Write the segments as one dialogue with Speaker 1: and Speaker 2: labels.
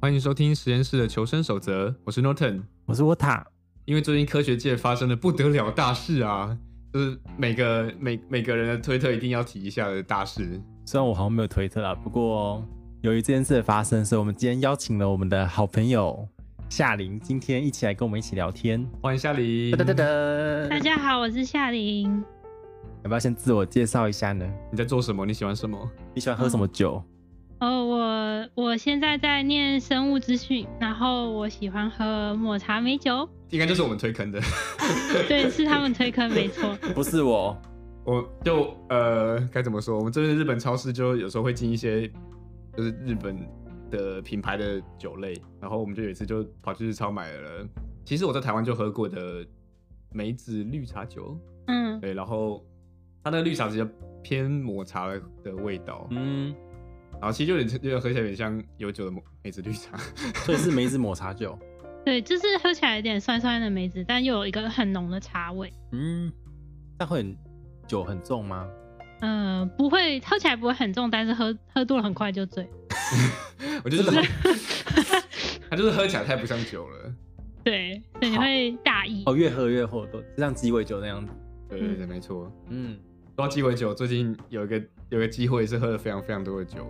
Speaker 1: 欢迎收听实验室的求生守则，我是 Norton。
Speaker 2: 我是沃塔，
Speaker 1: 因为最近科学界发生了不得了大事啊，就是每个每每个人的推特一定要提一下的大事。
Speaker 2: 虽然我好像没有推特啦，啊不过由于这件事的发生，所以我们今天邀请了我们的好朋友夏琳，今天一起来跟我们一起聊天。
Speaker 1: 欢迎夏琳，
Speaker 2: 噔噔噔噔，
Speaker 3: 大家好，我是夏琳。
Speaker 2: 要不要先自我介绍一下呢？
Speaker 1: 你在做什么？你喜欢什么？
Speaker 2: 你喜欢喝什么酒？
Speaker 3: 哦，我我现在在念生物资讯，然后我喜欢喝抹茶 美酒，
Speaker 1: 应该就是我们推坑的。
Speaker 3: 对，是他们推坑没错。
Speaker 2: 不是 我，
Speaker 1: 我就呃该怎么说？我们这边日本超市就有时候会进一些就是日本的品牌的酒类，然后我们就有一次就跑去日超买了，其实我在台湾就喝过的梅子绿茶酒，
Speaker 3: 嗯，
Speaker 1: 对，然后它那个绿茶比较偏抹茶的的味道，
Speaker 2: 嗯，
Speaker 1: 然后其实就有点有点喝起来有点像有酒的 梅梅子绿茶，
Speaker 2: 所以是梅子抹茶酒。
Speaker 3: 对，就是喝起来有点酸酸的梅子，但又有一个很浓的茶味。
Speaker 2: 嗯，那会很酒很重吗？
Speaker 3: 嗯、不会喝起来不会很重，但是喝喝多了很快就醉。
Speaker 1: 我 就是它就是喝起来太不像酒了。
Speaker 3: 对，所以你
Speaker 2: 好
Speaker 3: 会大意。
Speaker 2: 哦，越喝越厚，都像鸡尾酒那样子。
Speaker 1: 对对对，没错。
Speaker 2: 嗯，
Speaker 1: 说到鸡尾酒，最近有一个有一个机会是喝了非常非常多的酒。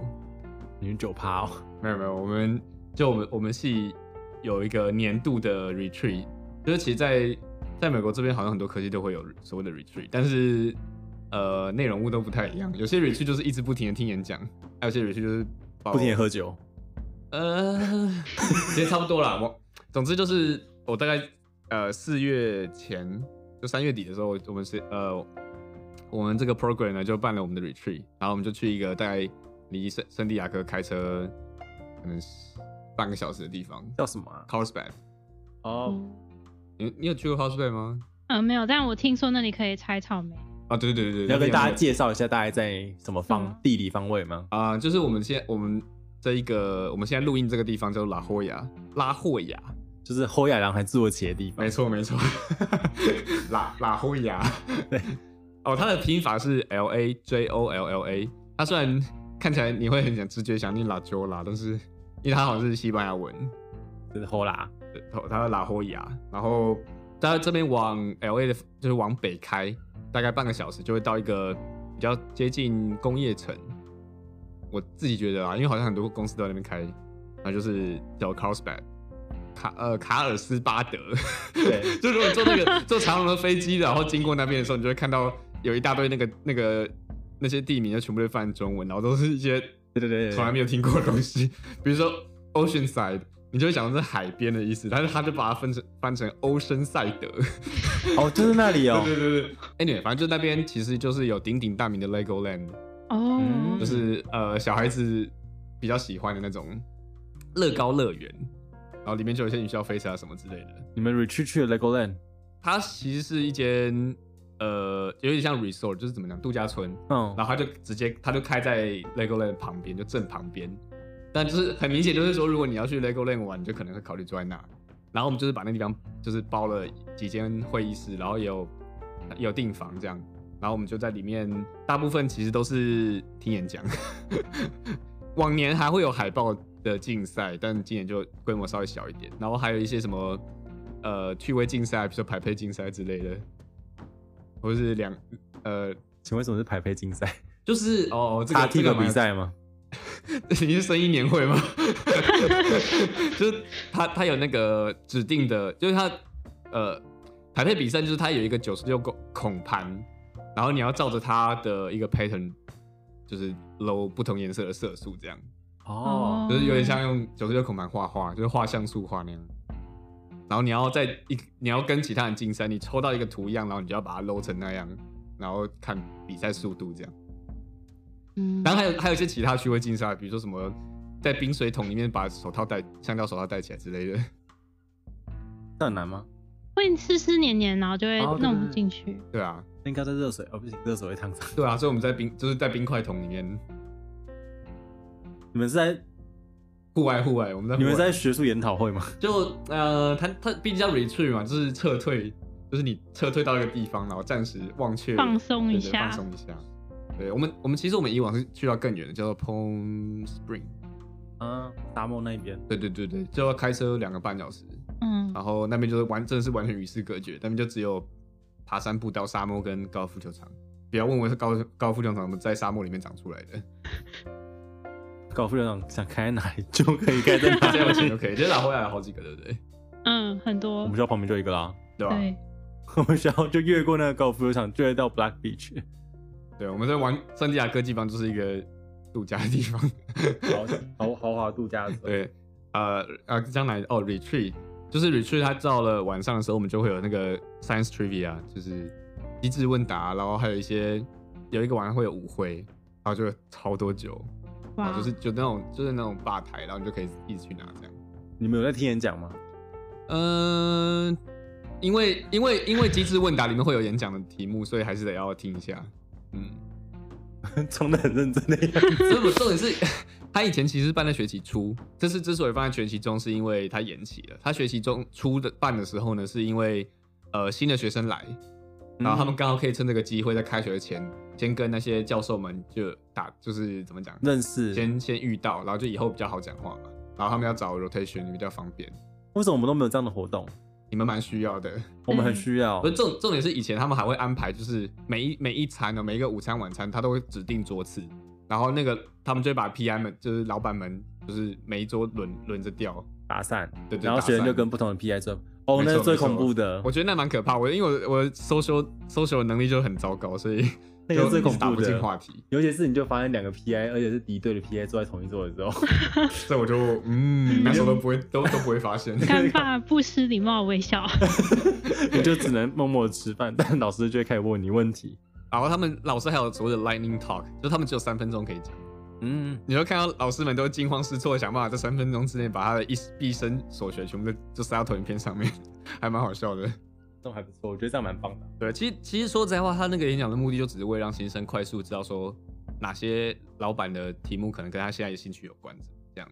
Speaker 2: 你们酒趴哦。
Speaker 1: 没有没有，我们就我们我们系有一个年度的 retreat，就是其实在，在美国这边好像很多科技都会有所谓的 retreat，但是呃内容物都不太一样。有些 retreat 就是一直不停的听演讲，还有些 retreat 就是
Speaker 2: 不停
Speaker 1: 地
Speaker 2: 地喝酒，
Speaker 1: 呃，其实差不多啦。我总之就是我大概呃四月前就三月底的时候，我们是呃我们这个 program 呢就办了我们的 retreat，然后我们就去一个大概离圣圣地亚哥开车可能是半个小时的地方
Speaker 2: 叫什么啊？
Speaker 1: ，Carlsbad。
Speaker 2: 哦，
Speaker 3: 嗯、
Speaker 1: 你你有去过 Carlsbad 吗？
Speaker 3: 呃，没有，但我听说那里可以采草莓。
Speaker 1: 啊，对对对对，
Speaker 2: 你要
Speaker 1: 那
Speaker 2: 跟
Speaker 1: 边有
Speaker 2: 大家介绍一下大概在什么方
Speaker 3: 嗯
Speaker 2: 地理方位吗？
Speaker 1: 啊、就是我们现在我们这一个我们现在录音这个地方叫拉霍亚，拉霍亚，
Speaker 2: 就是后亚郎还坐起的地方
Speaker 1: 没。错没错， 拉拉呼雅，
Speaker 2: 对，
Speaker 1: 哦，它的拼法是 L A J O L L A，它虽然看起来你会很想直觉想念拉鸠拉，但是 因为它好像是西班牙文，
Speaker 2: 就是后啦，
Speaker 1: 对它是拉霍雅，然后它这边往 L A 的，就是往北开，大概半个小时就会到一个比较接近工业城，我自己觉得啊，因为好像很多公司都在那边开，然后就是叫 Carlsbad。卡呃卡尔斯巴德，
Speaker 2: 对，
Speaker 1: 就如果你坐那个坐长龙的飞机，然后经过那边的时候，你就会看到有一大堆那个那个那些地名，就全部都翻成中文，然后都是一些
Speaker 2: 对对对，
Speaker 1: 从来
Speaker 2: 对
Speaker 1: 没有听过的东西， 比如说 ocean side，你就会想到是海边的意思，但是他就把它分成翻成欧森赛德。
Speaker 2: 哦，就是那里哦，
Speaker 1: 对对对对，anyway，反正就那边其实就是有鼎鼎大名的 Legoland，
Speaker 3: 哦，
Speaker 2: 嗯
Speaker 1: 就是呃小孩子比较喜欢的那种乐高乐园，然后里面就有一些云霄飞车啊什么之类的。
Speaker 2: 你们 retreat 去了 Legoland，
Speaker 1: 它其实是一间呃，有点像 resort，就是怎么讲度假村，
Speaker 2: 嗯
Speaker 1: 然，后它就直接它就开在 Legoland 旁边，就正旁边。但就是很明显，就是说，如果你要去 Legoland 玩，你就可能会考虑住在那。然后我们就是把那地方就是包了几间会议室，然后也有也有订房这样。然后我们就在里面，大部分其实都是听演讲。 往年还会有海报的竞赛，但今年就规模稍微小一点。然后还有一些什么呃趣味竞赛，比如说排配竞赛之类的，或者是两呃
Speaker 2: 请问什么是排配竞赛？
Speaker 1: 就是哦，这个
Speaker 2: 大踢
Speaker 1: 这个
Speaker 2: 馆比赛吗？
Speaker 1: 蛮， 你是声音年会吗？ 就是他他有那个指定的，就是他呃排配比赛，就是他有一个九十六个孔盘，然后你要照着它的一个 pattern，就是搂不同颜色的色素，这样
Speaker 2: 哦，
Speaker 1: 就是有点像用九十六孔盘画画，就是画像素画那样。然后你要在一你要跟其他人竞赛，你抽到一个图样，然后你就要把它搂成那样，然后看比赛速度这样。
Speaker 3: 嗯
Speaker 1: 然后还有还有一些其他趣味竞赛，比如说什么在冰水桶里面把手套戴橡胶手套戴起来之类的。
Speaker 2: 这很难吗？
Speaker 3: 会湿湿黏黏，然后就会
Speaker 2: 哦对
Speaker 3: 弄
Speaker 2: 对
Speaker 3: 不
Speaker 2: 对
Speaker 3: 进去。
Speaker 1: 对啊，
Speaker 2: 那应该在热水哦，不行，热水会烫伤。
Speaker 1: 对啊，所以我们在冰就是在冰块桶里面
Speaker 2: 你们是在
Speaker 1: 户外户外，我们在户
Speaker 2: 你
Speaker 1: 外
Speaker 2: 们是在学术研讨会吗？
Speaker 1: 就呃，它它毕竟叫 retreat 嘛，就是撤退，就是你撤退到一个地方，然后暂时忘却
Speaker 3: 放松
Speaker 1: 对
Speaker 3: 一
Speaker 1: 对
Speaker 3: 下
Speaker 1: 放松一下。对我们我们其实我们以往是去到更远的，叫做 Palm Spring，
Speaker 2: 嗯，沙漠那边，
Speaker 1: 对对对对，就要开车两个半小时，
Speaker 3: 嗯，
Speaker 1: 然后那边就是完，真的是完全与世隔绝，那边就只有爬山步道、沙漠跟高尔夫球场。不要问我是高高尔夫球场是在沙漠里面长出来 的，
Speaker 2: 高尔夫球场想开在哪里就可以开在哪
Speaker 1: 只要有钱
Speaker 2: 里。
Speaker 1: 就可以。就是拿回来有好几个，对不对？
Speaker 3: 嗯，很
Speaker 2: 我
Speaker 3: 多
Speaker 2: 们，学校旁边就有一个啦，
Speaker 1: 对吧？
Speaker 3: 对，
Speaker 2: 我们学校就越过那个高尔夫球场，就会到 Black Beach。
Speaker 1: 对，我们在玩圣地亚哥地方就是一个度假的地方。
Speaker 2: 豪豪豪华度假的，
Speaker 1: 对，呃呃，将来哦，retreat 就是 retreat，它到了晚上的时候，我们就会有那个 science trivia，就是机智问答，然后还有一些有一个晚上会有舞会，然后就超多酒，然
Speaker 3: 哇
Speaker 1: 后，哦就是就 那种就是那种吧台，然后你就可以一直去拿这样。
Speaker 2: 你们有在听演讲吗？
Speaker 1: 嗯、因为因为因为机智问答里面会有演讲的题目，所以还是得要听一下。 嗯，
Speaker 2: 装的很认真的样子。
Speaker 1: 这不重点是，他以前其实是办在学期初，这次之所以放在学期中，是因为他延期了。他学期中初的办的时候呢，是因为呃新的学生来，然后他们刚好可以趁这个机会在开学前先跟那些教授们就打，就是怎么讲，
Speaker 2: 认识，
Speaker 1: 先先遇到，然后就以后比较好讲话嘛。然后他们要找 rotation 比较方便，
Speaker 2: 为什么我们都没有这样的活动？
Speaker 1: 你们蛮需要的。
Speaker 2: 我们很
Speaker 3: 嗯
Speaker 2: 需要
Speaker 1: 哦不。是重重点是以前他们还会安排，就是每一每一餐哦呢，每一个午餐晚餐，他都会指定桌次，然后那个他们就会把 P I 们就是老板们，就是每一桌轮轮着调。
Speaker 2: 打散，
Speaker 1: 对对
Speaker 2: 然后
Speaker 1: 打
Speaker 2: 学生就
Speaker 1: 散
Speaker 2: 跟不同的 PI 说，哦，
Speaker 1: 没
Speaker 2: 那是
Speaker 1: 错
Speaker 2: 最
Speaker 1: 没错
Speaker 2: 恐怖的
Speaker 1: 我，觉得那蛮可怕，我因为我的我的 social social 的能力就很糟糕，所 以
Speaker 2: 那个
Speaker 1: 就
Speaker 2: 最
Speaker 1: 一直
Speaker 2: 恐
Speaker 1: 打
Speaker 2: 怖
Speaker 1: 不进话
Speaker 2: 的。
Speaker 1: 题，
Speaker 2: 尤其是你就发现两个 PI，而且是敌对的 PI 坐在同一桌 的时候，
Speaker 1: 所以我就嗯，那时候都不会都都不会发 现。
Speaker 3: 干爸不失礼貌的 微笑，
Speaker 2: 你就只能默默地吃饭，但老师就会开始问你问题。
Speaker 1: 然后他们老师还有所谓的 lightning talk，就是他们只有三分钟可以讲。
Speaker 2: 嗯，
Speaker 1: 你就看到老师们都惊慌失措，想办法在三分钟之内把他的一毕生所学全部都就塞到投影片上面， 还蛮好笑的。
Speaker 2: 这种还不错，我觉得这样蛮棒的。
Speaker 1: 对，其实其实说实在话，他那个演讲的目的就只是为了让新生快速知道说哪些老板的题目可能跟他现在的兴趣有关。这样，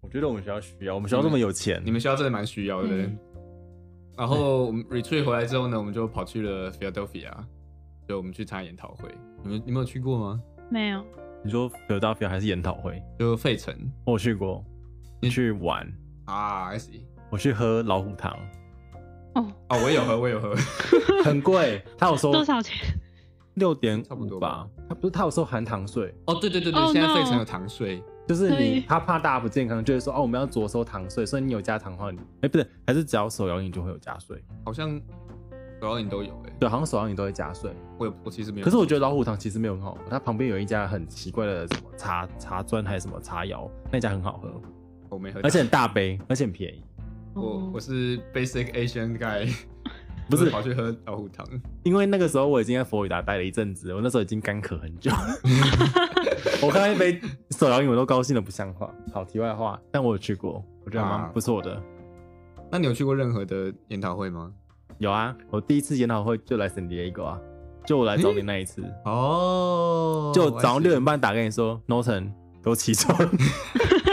Speaker 2: 我觉得我们学校需要，我们学校这么有钱，
Speaker 1: 你们学校真的蛮需要的。
Speaker 3: 嗯
Speaker 1: 然后我们 retreat 回来之后呢，我们就跑去了 Philadelphia，就我们去参加研讨会。你们你们有去过吗？
Speaker 3: 没有，
Speaker 2: 你说有大学还是研讨会？
Speaker 1: 就费城
Speaker 2: 我有去过，
Speaker 1: 你
Speaker 2: 去玩，
Speaker 1: 啊，I see。
Speaker 2: 我去喝老虎糖，
Speaker 3: 哦，
Speaker 1: 哦，我也有喝，我也有喝。
Speaker 2: 很贵，他有说
Speaker 3: 多少钱？
Speaker 2: 六点
Speaker 1: 差不多
Speaker 2: 吧
Speaker 1: 吧？
Speaker 2: 他不是他有时候含糖税，
Speaker 1: 哦，对对对对
Speaker 3: Oh,
Speaker 1: 现在费
Speaker 3: no
Speaker 1: 城有糖税。
Speaker 2: 就是你
Speaker 3: 对
Speaker 2: 他怕大家不健康，就会说哦我们要着收糖税，所以你有加糖的话，你哎、不对，还是只要手摇饮就会有加税，
Speaker 1: 好像手摇饮都有哎、欸，
Speaker 2: 对，好像手摇饮都会加税。
Speaker 1: 我也我其实没有。
Speaker 2: 可是我觉得老虎糖其实没有很好喝，它旁边有一家很奇怪的什么茶茶砖还是什么茶窑，那家很好喝，
Speaker 1: 我没喝到，
Speaker 2: 而且很大杯，而且很便宜。
Speaker 1: 我我
Speaker 3: 哦
Speaker 1: 是 basic Asian guy，
Speaker 2: 不是
Speaker 1: 我跑去喝老虎糖，
Speaker 2: 因为那个时候我已经在佛罗里达待了一阵子，我那时候已经干渴很 久。我看到一杯手摇饮，我都高兴的不像话。好，题外话，但我有去过，我觉得还蛮
Speaker 1: 啊
Speaker 2: 不错的。
Speaker 1: 那你有去过任何的研讨会吗？
Speaker 2: 有啊，我第一次研讨会就来 San Diego 啊，就我来找你那一次，
Speaker 1: 哦
Speaker 2: 就早上六点半打给你说 Norton 给我起床，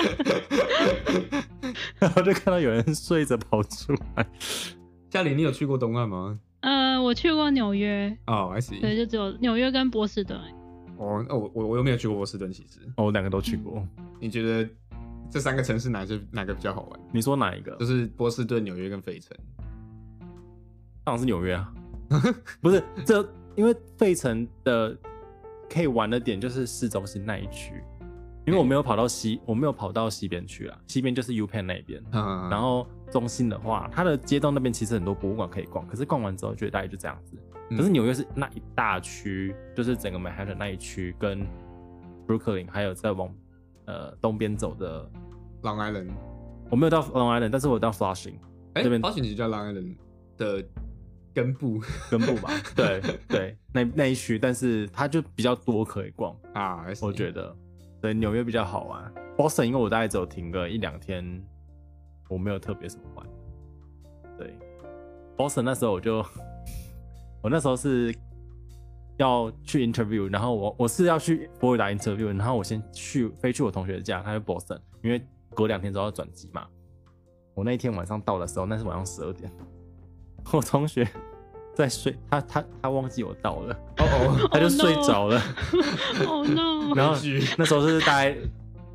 Speaker 2: 然后就看到有人睡着跑出来。
Speaker 1: 嘉玲，你有去过东岸吗？
Speaker 3: 呃，我去过纽约，
Speaker 1: 哦、i
Speaker 3: 对，
Speaker 1: see。
Speaker 3: 就只有纽约跟波 士顿而已，
Speaker 1: 哦，那我我我又没有去过波士顿，其实
Speaker 2: 哦，我两个都去过。
Speaker 1: 你觉得这三个城市哪些哪个比较好玩？
Speaker 2: 你说哪一个？
Speaker 1: 就是波士顿、纽约跟费城。
Speaker 2: 当然是纽 约啊，不是这，因为费城的可以玩的点就是市中心那一区，因为我没有跑到西，我没有跑到西边去啊，西边就是 U Penn 那边，
Speaker 1: 嗯，
Speaker 2: 然后中心的话，它的街道那边其实很多博物馆可以逛，可是逛完之后觉得大概就这样子。
Speaker 1: 嗯
Speaker 2: 可是纽约是那一大区，就是整个 Manhattan 那一区跟 Brooklyn，还有再往呃东边走的，
Speaker 1: Long Island，
Speaker 2: 我没有到 Long Island，但是我到 Flushing
Speaker 1: 哎、
Speaker 2: 这边
Speaker 1: 花选其实叫 Long Island 的根部
Speaker 2: 根部吧， 对对，那那一区，但是它就比较多可以逛。
Speaker 1: 啊，I see，
Speaker 2: 我觉得，对纽约比较好玩。Boston 因为我大概只有停个一两天，我没有特别什么玩。对，Boston 那时候我就，我那时候是要去 interview，然后我我是要去佛罗里达 interview，然后我先去飞去我同学的家，他在 Boston，因为隔两天之后要转机嘛。我那一天晚上到的时候，那是晚上十二点，我同学在睡，他他他忘记我到了，
Speaker 1: 哦哦。
Speaker 2: 他就
Speaker 3: Oh no
Speaker 2: 睡着了。
Speaker 3: 哦 no，
Speaker 2: 然后
Speaker 1: 悲剧
Speaker 2: 那时候是大概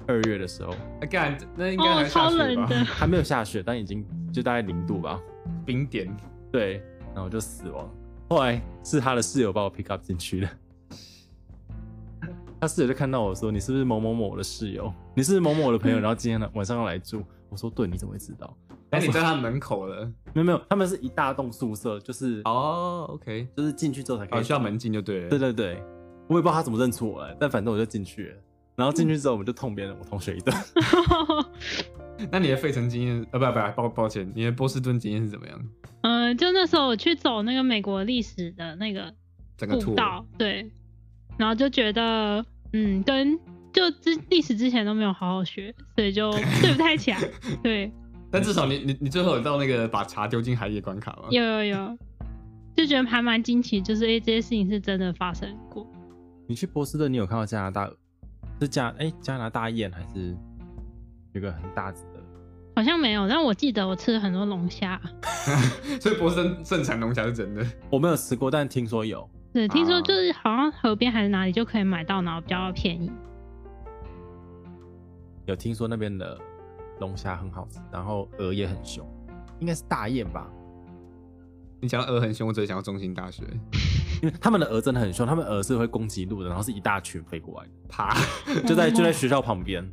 Speaker 2: 二月的时候，
Speaker 1: 那干那应该
Speaker 3: 哦，
Speaker 1: 还下
Speaker 3: 超
Speaker 1: 雪
Speaker 3: 冷
Speaker 1: 吧？
Speaker 3: 的，
Speaker 2: 还没有下雪，但已经就大概零度吧。
Speaker 1: 冰点
Speaker 2: 对，然后我就死亡。后来是他的室友把我 pick up 进去的，他室友就看到我说：“你是不是某某某的室友？你是不是某某的朋友？”
Speaker 3: 嗯
Speaker 2: 然后今天晚上要来住。我说：“对，你怎么会知道
Speaker 1: 那你在他门口了？”
Speaker 2: 没有没有，他们是一大栋宿舍，就是
Speaker 1: 哦，OK，
Speaker 2: 就是进去之后才可
Speaker 1: 哦，
Speaker 2: 以
Speaker 1: 需要门禁就对了。
Speaker 2: 对对对，我也不知道他怎么认出我来，但反正我就进去了。然后进去之后，我们就痛扁了我同学一顿。
Speaker 3: 哦
Speaker 1: 那你的费城经验，呃，不不，抱抱歉，你的波士顿经验是怎么样？
Speaker 3: 嗯，就那时候我去走那个美国历史的那个
Speaker 1: 整个
Speaker 3: 步
Speaker 1: tour
Speaker 3: 道，对，然后就觉得，嗯，跟就之历史之前都没有好好学，所 以就对不太起来。对，
Speaker 1: 但至少你你你最后有到那个把茶丢进海里的关卡吗？
Speaker 3: 有有有，就觉得还蛮惊奇，就是诶、这些事情是真的发生过。
Speaker 2: 你去波士顿，你有看到加拿大是加哎、加拿大雁还是有个很大只的？
Speaker 3: 好像没有，但我记得我吃了很多龙虾。
Speaker 1: 所以波士顿盛产龙虾是真的。
Speaker 2: 我没有吃过，但听说有。
Speaker 3: 对，听
Speaker 1: 啊
Speaker 3: 说就是好像河边还是哪里就可以买到，然后比较便宜。
Speaker 2: 有听说那边的龙虾很好吃，然后鹅也很凶，应该是大雁吧，
Speaker 1: 你想要鹅很凶，我只是想要中心大学
Speaker 2: 因为他们的鹅真的很凶，他们鹅是会攻击路的，然后是一大群飞过来的，
Speaker 1: 爬，
Speaker 2: 就在就在学校旁边。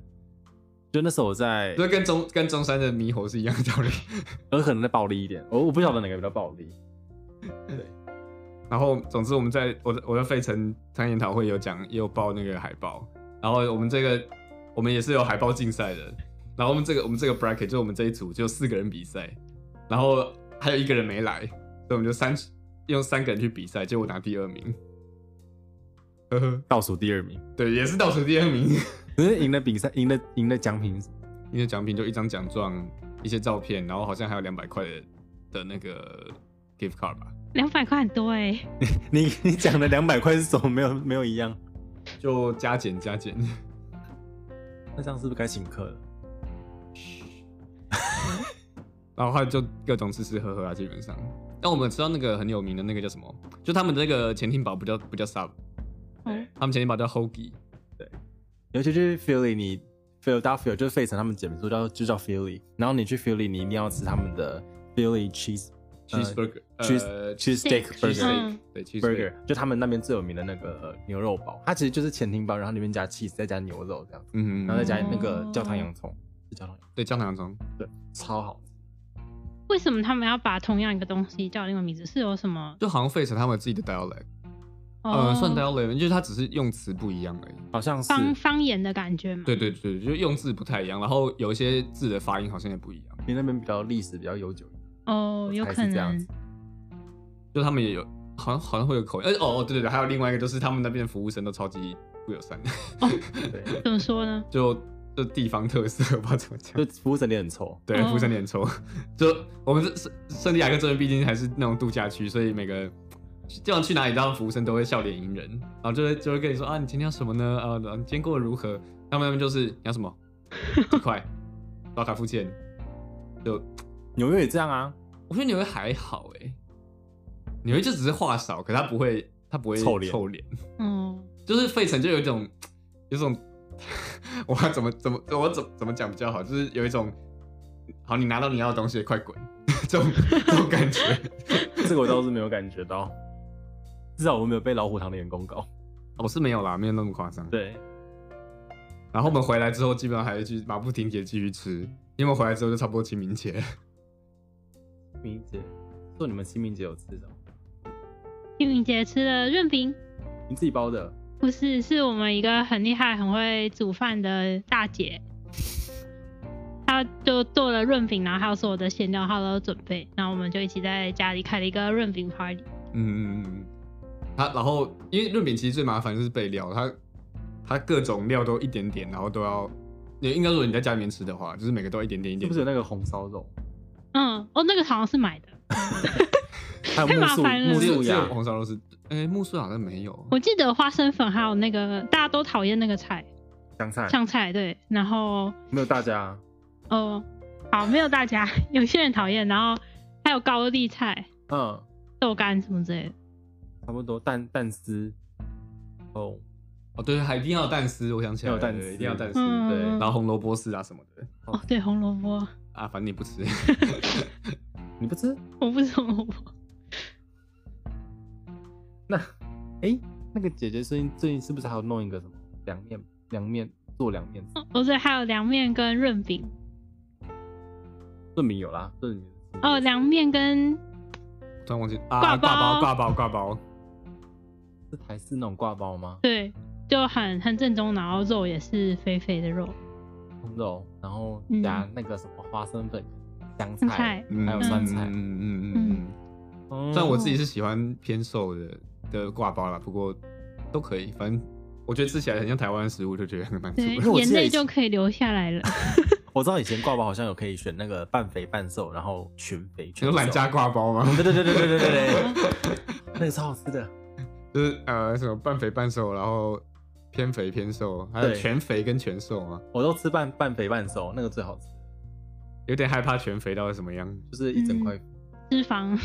Speaker 2: 就那时候我在，
Speaker 1: 就跟中跟中山的猕猴是一样的道理。
Speaker 2: 鹅可能再暴力一点，我我不晓得哪个比较暴力。
Speaker 1: 然后，总之我们在我在我在费城参研讨会有讲，也有报那个海报。然后我们这个我们也是有海报竞赛的。然后我们这个我们这个 bracket 就我们这一组就四个人比赛，然后还有一个人没来，所以我们就三用三个人去比赛，结果拿第二名。呵呵，
Speaker 2: 倒数第二名，
Speaker 1: 对，也是倒数第二名。
Speaker 2: 可是赢了比赛，赢了赢了奖品，
Speaker 1: 因为奖品就一张奖状、一些照片，然后好像还有两百块的的那个 gift card 吧。
Speaker 3: 两百块很多哎、
Speaker 2: 你你讲的两百块是什么？没有没有一样，
Speaker 1: 就加减加减，
Speaker 2: 那这样是不是该请客了？
Speaker 1: 然后还有就各种吃吃喝喝啊，基本上。但我们知道那个很有名的那个叫什么？就他们的那个潜艇堡不叫不叫 sub，
Speaker 3: 哦
Speaker 1: 他们潜艇堡叫 hoagie。
Speaker 2: 尤其是 Philly，你 Philadelphia 就是费城，他们简名叫就叫 Philly，然后你去 Philly，你一定要吃他们的 Philly cheese
Speaker 1: cheeseburger，
Speaker 2: cheese
Speaker 1: 呃
Speaker 2: 嗯 cheese steak
Speaker 1: cheese
Speaker 2: burger。
Speaker 1: steak，
Speaker 3: 嗯
Speaker 1: 对 cheese burger，
Speaker 2: burger 就他们那边最有名的那个呃牛肉堡，它其实就是潜艇堡，然后里面加 cheese，再加牛肉这样子，
Speaker 1: 嗯，
Speaker 2: 然后再加那个
Speaker 3: 哦
Speaker 2: 焦糖洋葱，是焦糖洋葱，
Speaker 1: 对焦糖洋葱，
Speaker 2: 对，超好吃。
Speaker 3: 为什么他们要把同样一个东西叫另外名字？是有什么？
Speaker 1: 就好像费城他们有自己的 dialect，
Speaker 3: 哦
Speaker 1: 呃，算 dialect，就是它只是用词不一样而已。
Speaker 2: 好像是
Speaker 3: 方方言的感觉嘛。
Speaker 1: 对对对，就用字不太一样，然后有一些字的发音好像也不一样。
Speaker 2: 因为那边比较历史比较悠久一点，
Speaker 3: 哦，有
Speaker 2: 才
Speaker 3: 可
Speaker 2: 是这样
Speaker 3: 能
Speaker 2: 子。。
Speaker 1: 就他们也有，好像好像会有口音。而且哦哦，对对对，还有另外一个就是他们那边服务生都超级不友善，
Speaker 2: 对，
Speaker 3: 怎么说呢？
Speaker 1: 就就地方特色，我不知道怎么讲。
Speaker 2: 就服务生脸很臭，
Speaker 1: 对，
Speaker 3: 哦
Speaker 1: 服务生脸臭。 就我们这圣圣地亚哥这边毕竟还是那种度假区，所以每个基本上去哪里，当服务生都会笑脸迎人，然后就会就会跟你说啊，你今天要什么呢？啊，你今天过得如何？他们那边 就是你要什么，啊几块，刷卡付钱。就
Speaker 2: 纽约也这样啊，
Speaker 1: 我觉得纽约还好哎、纽约就只是话少，可他不会他不会
Speaker 2: 臭脸
Speaker 1: 臭脸。
Speaker 3: 哦，
Speaker 1: 就是费城就有一种有一种 我要怎么怎么我怎怎么讲比较好，就是有一种好你拿到你要的东西快滚 这种这种感觉。
Speaker 2: 这个我倒是没有感觉到，至少我没有被老虎堂的员工搞。
Speaker 1: 哦我是没有啦，没有那么夸张。
Speaker 2: 对，
Speaker 1: 然后我们回来之后，基本上还去马不停蹄地继续吃，因为我回来之后就差不多清明节。
Speaker 2: 清明节，说你们清明节有吃什么？
Speaker 3: 清明节吃的润饼，
Speaker 2: 你自己包的？
Speaker 3: 不是，是我们一个很厉害、很会煮饭的大姐，她就做了润饼，然后还有所有的馅料，她都准备，然后我们就一起在家里开了一个润饼 party。
Speaker 1: 嗯嗯嗯嗯。它然后因为润饼其实最麻烦就是备料，它它各种料都一点点，然后都要。也应该说你在家里面吃的话，就是每个都要一点点一
Speaker 2: 是
Speaker 1: 点
Speaker 2: 不是有
Speaker 1: 点。
Speaker 2: 那个红烧肉？
Speaker 3: 嗯，哦，那个好像是买的，
Speaker 2: 还有
Speaker 3: 太
Speaker 2: 木
Speaker 3: 麻
Speaker 2: 素
Speaker 3: 烦了
Speaker 2: 木
Speaker 1: 只有
Speaker 2: 素
Speaker 1: 只有
Speaker 2: 呀，
Speaker 1: 红烧肉是，哎、木薯好像没有。
Speaker 3: 我记得花生粉还有那个大家都讨厌那个菜，
Speaker 2: 香菜
Speaker 3: 香菜对，然后
Speaker 2: 没有大家，
Speaker 3: 哦，好，没有大家，有些人讨厌，然后还有高丽菜、
Speaker 2: 嗯，
Speaker 3: 豆干什么之类的。
Speaker 2: 差不多蛋蛋丝，哦，
Speaker 1: 哦，对，还一定要有蛋丝，我想起来了，
Speaker 2: 要有蛋丝
Speaker 1: 对一定要有蛋丝，
Speaker 3: 嗯，
Speaker 2: 对
Speaker 1: 然后红萝卜丝啊什么的
Speaker 3: 哦，对，红萝卜，
Speaker 1: 啊，反正你不吃，
Speaker 2: 你不吃？
Speaker 3: 我不吃红萝卜，
Speaker 2: 那，哎、那个姐姐最近最近是不是还有弄一个什么凉面？凉面做凉面，
Speaker 3: 哦哦，对，还有凉面跟润饼，
Speaker 2: 润饼有啦，润饼
Speaker 3: 哦，凉面跟
Speaker 1: 突然忘记啊，
Speaker 3: 挂
Speaker 1: 挂
Speaker 3: 包
Speaker 1: 包挂包挂包，
Speaker 2: 是台式那种挂包吗？
Speaker 3: 对，就很很正宗，然后肉也是肥肥的肉，
Speaker 2: 红肉，然后
Speaker 3: 嗯
Speaker 2: 加那个什么花生粉、香
Speaker 3: 香
Speaker 2: 菜，还有
Speaker 1: 酸
Speaker 2: 酸菜
Speaker 1: 嗯。嗯嗯嗯
Speaker 2: 嗯
Speaker 1: 嗯，虽然我自己是喜欢偏瘦的的挂包啦，不过都可以，反正我觉得吃起来很像台湾食物，就觉得很满足
Speaker 3: 对，
Speaker 2: 因为我
Speaker 3: 眼
Speaker 2: 记得以
Speaker 3: 泪
Speaker 2: 前
Speaker 3: 就可以流下来了。
Speaker 2: 我知道以前挂包好像有可以选那个半肥半瘦，然后全肥
Speaker 1: 你
Speaker 2: 全
Speaker 1: 说
Speaker 2: 瘦。
Speaker 1: 懒家挂包吗？
Speaker 2: 对对对对对对对对，那个超好吃的。
Speaker 1: 就是呃什么半肥半瘦，然后偏肥偏瘦，还有
Speaker 2: 对
Speaker 1: 全肥跟全瘦吗？
Speaker 2: 我都吃半半肥半瘦，那个最好吃，
Speaker 1: 有点害怕全肥到底什么样，
Speaker 2: 就是一整块。
Speaker 3: 脂肪，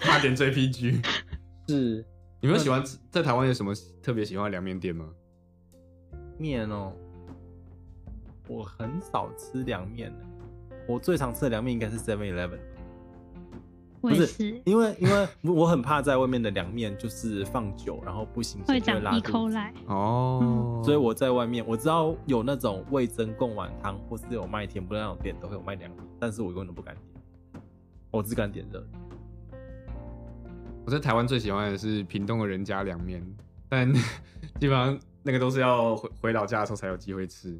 Speaker 1: 差点 JPG。
Speaker 2: 是
Speaker 1: 你们喜欢吃在台湾有什么特别喜欢的凉面店吗？
Speaker 2: 面哦，我很少吃凉面的，我最常吃的凉面应该是 Seven Eleven，
Speaker 3: 我也
Speaker 2: 不
Speaker 3: 是
Speaker 2: 因为因为我我很怕在外面的凉面就是放久，然后不新鲜
Speaker 3: 会
Speaker 2: 就会
Speaker 3: 长
Speaker 2: 拉
Speaker 3: E.
Speaker 2: 肚子。
Speaker 3: coli，
Speaker 1: 哦，
Speaker 2: 所以我在外面我知道有那种味噌贡丸汤，或是有卖甜不辣那种店都会有卖凉面，但是我永远都不敢点，我只敢点热的。
Speaker 1: 我在台湾最喜欢的是屏东的人家凉面，但 基本上那个都是要回回老家的时候才有机会吃。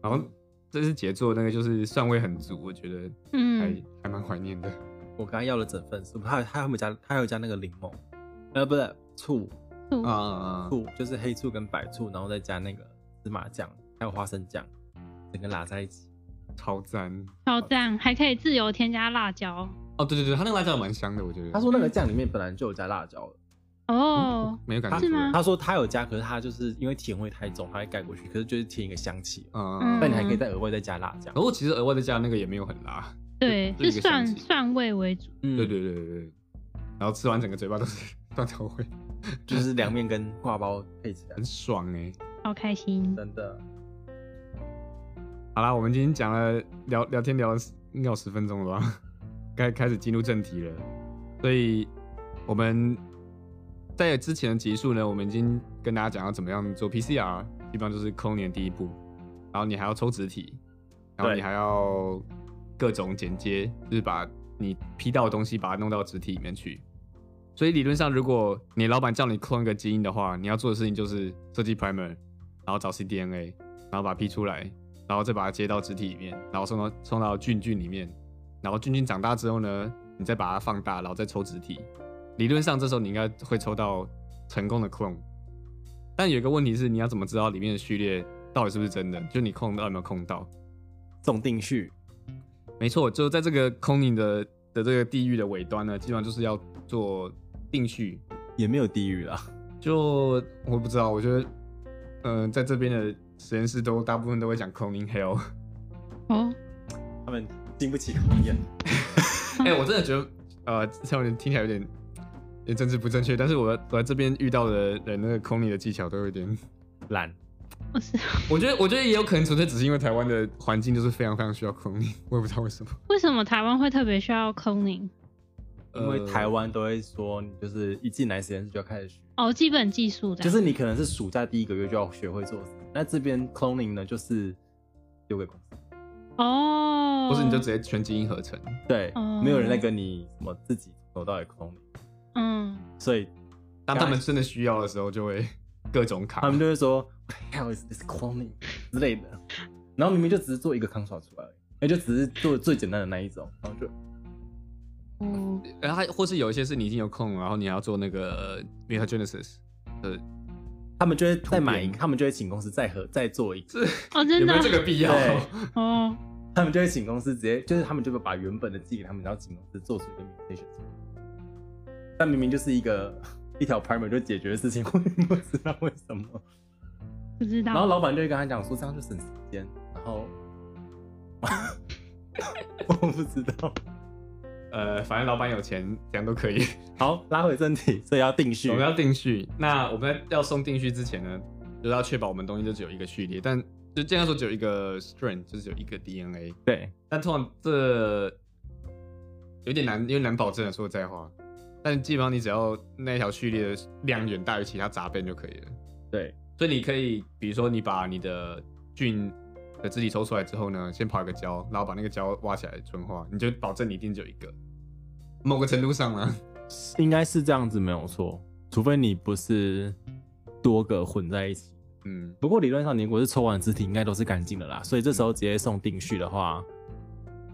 Speaker 1: 然后这次杰做的那个就是蒜味很足，我觉得还、
Speaker 3: 嗯，
Speaker 1: 还蛮怀念的。
Speaker 2: 我刚才要了整份是不是，还有还有没有加还有加那个柠檬，呃不是醋
Speaker 3: 醋
Speaker 1: 啊啊啊！
Speaker 2: 醋就是黑醋跟白醋，然后再加那个芝麻酱还有花生酱，整个拉在一起。
Speaker 1: 超赞！
Speaker 3: 超赞，还可以自由添加辣椒
Speaker 1: 哦，对对对，他那个辣椒蛮香的，我觉得。
Speaker 2: 他说那个酱里面本来就有加辣椒的，
Speaker 1: 嗯
Speaker 3: 哦，
Speaker 1: 没有感觉
Speaker 2: 他
Speaker 1: 出来。
Speaker 3: 是吗
Speaker 2: 他说他有加，可是他就是因为甜味太重，他会盖过去，可是就是添一个香气。
Speaker 1: 嗯，
Speaker 3: 嗯
Speaker 2: 但你还可以再额外再加辣酱
Speaker 1: 然。后其实额外再加那个也没有很辣。
Speaker 3: 对，
Speaker 1: 这
Speaker 3: 是
Speaker 1: 这个香
Speaker 3: 蒜
Speaker 1: 气
Speaker 3: 蒜味为主，
Speaker 2: 嗯
Speaker 1: 对，对对对对。然后吃完整个嘴巴都是 蒜头味，
Speaker 2: 就是凉面跟挂包配起来
Speaker 1: 很，爽哎、
Speaker 3: 好开心。
Speaker 2: 真的。
Speaker 1: 好啦，我们今天讲了聊聊天聊了十应该有十分钟了吧， 该开始进入正题了。所以我们在之前的集数呢，我们已经跟大家讲要怎么样做 PCR，基本上就是空年第一步，然后你还要抽纸体，然后
Speaker 2: 对
Speaker 1: 你还要各种剪接，就是把你批到的东西把它弄到纸体里面去。所以理论上，如果你老板叫你 clone 一个基因的话，你要做的事情就是设计 primer，然后找 cDNA，然后把它批出来，然后再把它接到肢体里面，然后送到送到菌菌里面，然后菌菌长大之后呢，你再把它放大，然后再抽肢体。理论上这时候你应该会抽到成功的 clone，但有一个问题是，你要怎么知道里面的序列到底是不是真的？就你 clone 到有没有 clone 到？
Speaker 2: 总定序，
Speaker 1: 没错，就在这个 cloning 的的这个地域的尾端呢，基本上就是要做定序，
Speaker 2: 也没有地狱啦。
Speaker 1: 就我不知道，我觉得，嗯、在这边的实验室都大部分都会讲 cloning hell。
Speaker 3: 哦，
Speaker 2: 他们经不起考验。
Speaker 1: 哎、我真的觉得，呃，这样听起来有点，有点政治不正确，但是我我在这边遇到的人那个 cloning 的技巧都有点，
Speaker 2: 懒，
Speaker 3: 我是
Speaker 1: 我觉得我觉得也有可能纯粹只是因为台湾的环境就是非常非常需要 cloning，我也不知道为什么。
Speaker 3: 为什么台湾会特别需要 cloning？
Speaker 2: 因为
Speaker 1: 呃
Speaker 2: 台湾都会说，你就是一进来实验室就要开始学，
Speaker 3: 哦，基本技术的，
Speaker 2: 就是你可能是暑假第一个月就要学会做事。那这边 cloning 呢，就是丢给公司，
Speaker 3: 哦，
Speaker 1: 或是你就直接全基因合成，
Speaker 2: 对，
Speaker 3: 哦
Speaker 2: 没有人在跟你什么自己从头到尾 cloning，
Speaker 3: 嗯，
Speaker 2: 所以
Speaker 1: 当他们真的需要的时候，就 会各种卡
Speaker 2: 他。们就会说 What the hell is this cloning 之类的，然后明明就只是做一个 c o n s o l 出来而已，那就只是做最简单的那一种，然后就
Speaker 3: 哦，
Speaker 1: 然后还或是有一些是你已经有空了，然后你还要做那个 mutagenesis，呃，
Speaker 2: 他们就会再买一
Speaker 1: 突
Speaker 2: 个，
Speaker 1: 变
Speaker 2: 他们就会请公司再合再做一个，
Speaker 1: 这
Speaker 3: 哦，
Speaker 1: 有
Speaker 3: 真
Speaker 1: 没
Speaker 3: 的
Speaker 1: 有这个必要？
Speaker 2: 对
Speaker 3: 哦，
Speaker 2: 他们就会请公司直接，就是他们就会把原本的寄给他们，然后请公司做出一个 mutation 出来。但明明就是一个 一条 primer 就解决的事情，我也不知道为什么。
Speaker 3: 不知
Speaker 2: 然后
Speaker 3: 道，
Speaker 2: 老板就会跟他讲说，这样就省时间。然后 我不知道。
Speaker 1: 呃，反正老板有钱，怎样都可以。
Speaker 2: 好，拉回正题，所以要定序
Speaker 1: 我们。要定序。那我们在要送定序之前呢，就是要确保我们东西就只有一个序列，但就这样说只有一个 strand，就是只有一个 DNA。
Speaker 2: 对，
Speaker 1: 但通常这有点难，有点难保证的。啊说实在话，但基本上你只要那一条序列的量远大于其他杂变就可以了。
Speaker 2: 对，
Speaker 1: 所以你可以，比如说你把你的菌的肢体抽出来之后呢，先刨一个胶，然后把那个胶挖起来纯化，你就保证你一定只有一个。某个程度上呢，
Speaker 2: 应该是这样子没有错，除非你不是多个混在一起。
Speaker 1: 嗯，
Speaker 2: 不过理论上，你如果是抽完肢体，应该都是干净的啦。所以这时候直接送定序的话，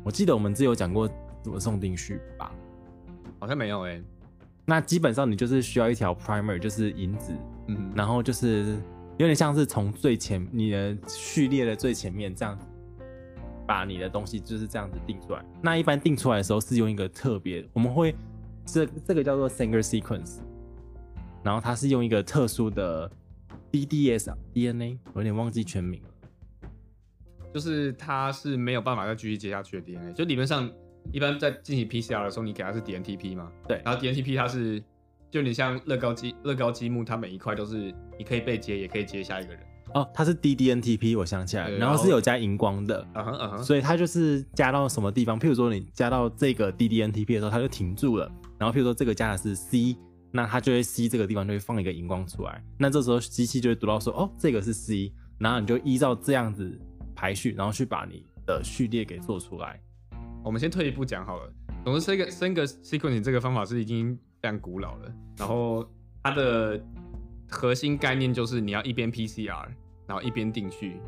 Speaker 2: 我记得我们之前有讲过怎么送定序吧？
Speaker 1: 好像没有哎、
Speaker 2: 那基本上你就是需要一条 primer，就是引子，
Speaker 1: 嗯，
Speaker 2: 然后就是有点像是从最前你的序列的最前面这样，把你的东西就是这样子定出来。那一般定出来的时候是用一个特别，我们会这这个叫做 Sanger sequence，然后它是用一个特殊的 DDS DNA，我有点忘记全名了。
Speaker 1: 就是它是没有办法再继续接下去的 DNA，就理论上一般在进行 PCR 的时候，你给它是 DNTP 嘛，
Speaker 2: 对
Speaker 1: 然后 DNTP 它是就你像乐高积乐高积木，它每一块都是你可以被接，也可以接下一个人。
Speaker 2: 哦，它是 DDNTP，我想起来了，
Speaker 1: 对
Speaker 2: 然
Speaker 1: 然
Speaker 2: 后
Speaker 1: 后
Speaker 2: 是有加荧光的，
Speaker 1: 啊哈啊哈，
Speaker 2: 所以它就是加到什么地方，譬如说你加到这个 DDNTP 的时候，它就停住了。然后譬如说这个加的是 C，那它就会 C 这个地方就会放一个荧光出来。那这时候机器就会读到说，哦，这个是 C，然后你就依照这样子排序，然后去把你的序列给做出来。
Speaker 1: 我们先退一步讲好了。总之，这个 Sanger sequencing 这个方法是已经非常古老了，然后它的核心概念就是你要一边 PCR，然后一边定序。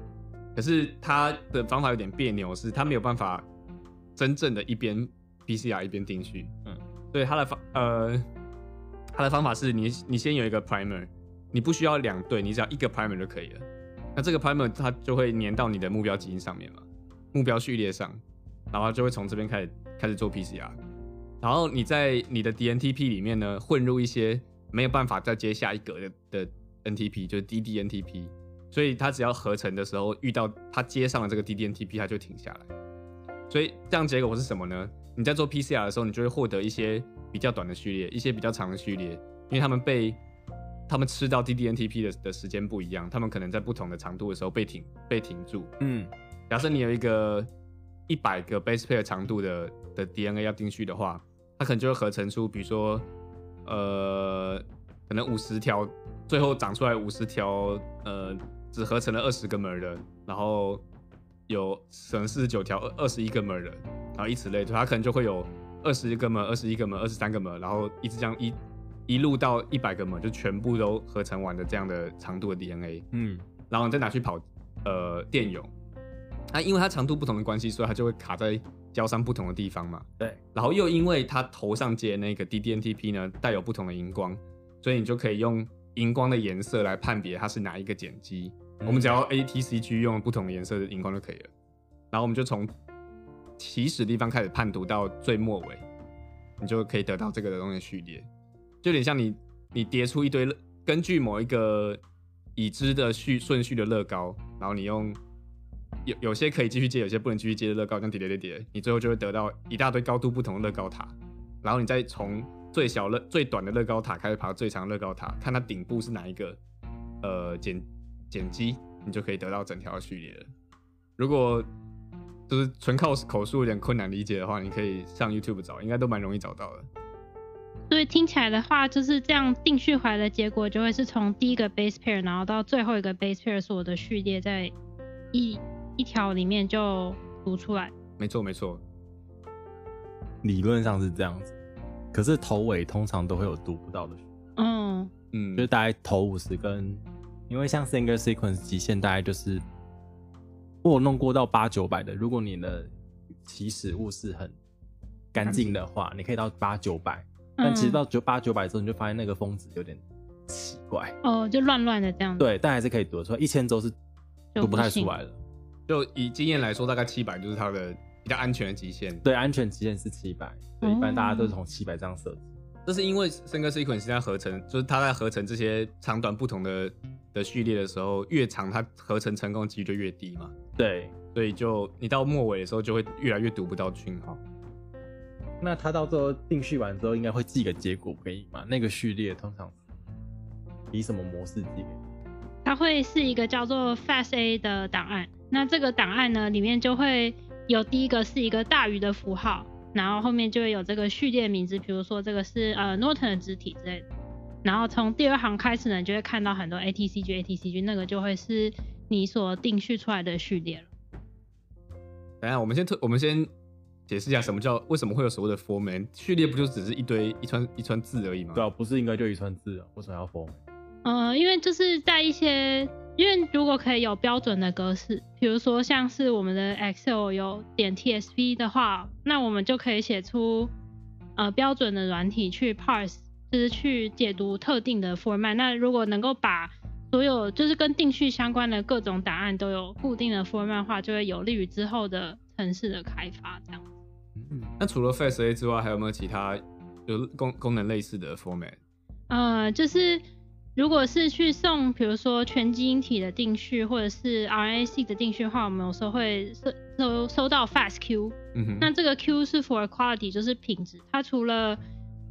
Speaker 1: 可是它的方法有点别扭，是它没有办法真正的一边 PCR 一边定序。
Speaker 2: 嗯
Speaker 1: 嗯，对，它的方呃，它的方法是你你先有一个 primer，你不需要两对，你只要一个 primer 就可以了。那这个 primer 它就会粘到你的目标基因上面嘛，目标序列上。然后就会从这边开始开始做 PCR，然后你在你的 DNTP 里面呢混入一些没有办法再接下一格的的 NTP，就是 DDNTP，所以它只要合成的时候遇到它接上了这个 DDNTP，它就停下来。所以这样结果是什么呢？你在做 PCR 的时候，你就会获得一些比较短的序列，一些比较长的序列，因为他们被他们吃到 DDNTP 的的时间不一样，他们可能在不同的长度的时候被停被停住，
Speaker 2: 嗯，
Speaker 1: 假设你有一个一百个 base pair 长度的的 DNA 要定序的话，它可能就会合成出，比如说，呃，可能五十条，最后长出来五十条，呃，只合成了二十个 mer 的，然后有省四十九条二十一个 mer 的，然后以此类推，它可能就会有二十个 mer、二十一个 mer、二十三个 mer，然后一直这样一一路到一百个 mer，就全部都合成完的这样的长度的 DNA。
Speaker 2: 嗯，
Speaker 1: 然后你再拿去跑呃电泳。那、因为它长度不同的关系，所以它就会卡在胶上不同的地方嘛。
Speaker 2: 对。
Speaker 1: 然后又因为它头上接那个 DDNTP 呢，带有不同的荧光，所以你就可以用荧光的颜色来判别它是哪一个碱基。
Speaker 2: 嗯
Speaker 1: 我们只要 A、T、C、G 用不同的颜色的荧光就可以了。然后我们就从起始地方开始判读到最末尾，你就可以得到这个东西的序列。就有点像你你叠出一堆乐根据某一个已知的序顺序的乐高，然后你用有有些可以继续接，有些不能继续接的乐高，这样叠叠叠叠，你最后就会得到一大堆高度不同的乐高塔，然后你再从最小乐最短的乐高塔开始爬到最长的乐高塔，看它顶部是哪一个呃碱碱基，你就可以得到整条序列了。如果就是纯靠口述有点困难理解的话，你可以上 YouTube 找，应该都蛮容易找到的。
Speaker 3: 所以听起来的话，就是这样定序回来的结果就会是从第一个 base pair，然后到最后一个 base pair 所有的序列在一一条里面就读出来。
Speaker 1: 没错没错，
Speaker 2: 理论上是这样子，可是头尾通常都会有读不到的，
Speaker 3: 嗯，
Speaker 1: 嗯，
Speaker 2: 就是大概头五十根，因为像 single sequence 极限大概就是我有弄过到八九百的，如果你的起始物是很干净的话，你可以到八九百，
Speaker 3: 嗯
Speaker 2: 但其实到九八九百之后，你就发现那个峰值有点奇怪，
Speaker 3: 嗯、哦就乱乱的这样子。
Speaker 2: 对，但还是可以读得出来，一千周是读不太出来了，
Speaker 1: 就以经验来说，大概七百就是它的比较安全的极限。
Speaker 2: 对，安全极限是七百，所以一般大家都是从七百这样设置，
Speaker 1: 这是因为 Singer sequence 在合成，就是它在合成这些长短不同的的序列的时候，越长它合成成功几率就越低嘛，
Speaker 2: 对。
Speaker 1: 所以就你到末尾的时候就会越来越读不到讯号。
Speaker 2: 那他到最后定序完之后，应该会寄个结果给你嘛？那个序列通常以什么模式寄给你？
Speaker 3: 它它会是一个叫做 FASTA 的档案。那这个档案呢，里面就会有第一个是一个大于的符号，然后后面就会有这个序列名字，比如说这个是呃 Norton 的肢体之类的。然后从第二行开始呢，你就会看到很多 ATCG、ATCG，那个就会是你所定序出来的序列了。
Speaker 1: 等一下，我们先特我们先解释一下什么叫为什么会有所谓的 format 序列，不就只是一堆一串一串字而已吗？
Speaker 2: 对啊，不是应该就一串字啊，为什么要封？
Speaker 3: 呃，因为就是在一些，因为如果可以有标准的格式，比如说像是我们的 Excel 有点 TSV 的话，那我们就可以写出呃标准的软体去 parse，就是去解读特定的 format。那如果能够把所有就是跟定序相关的各种档案都有固定的 format 的话，就会有利于之后的城市的开发。这样，
Speaker 2: 嗯，
Speaker 1: 那除了 Face A 之外，还有没有其他有功功能类似的 format？
Speaker 3: 呃，就是如果是去送，比如说全基因体的定序或者是 RNA-seq 的定序的话，我们有时候会收收收到 FASTQ。
Speaker 1: 嗯哼，
Speaker 3: 那这个 Q 是 for quality，就是品质。它除了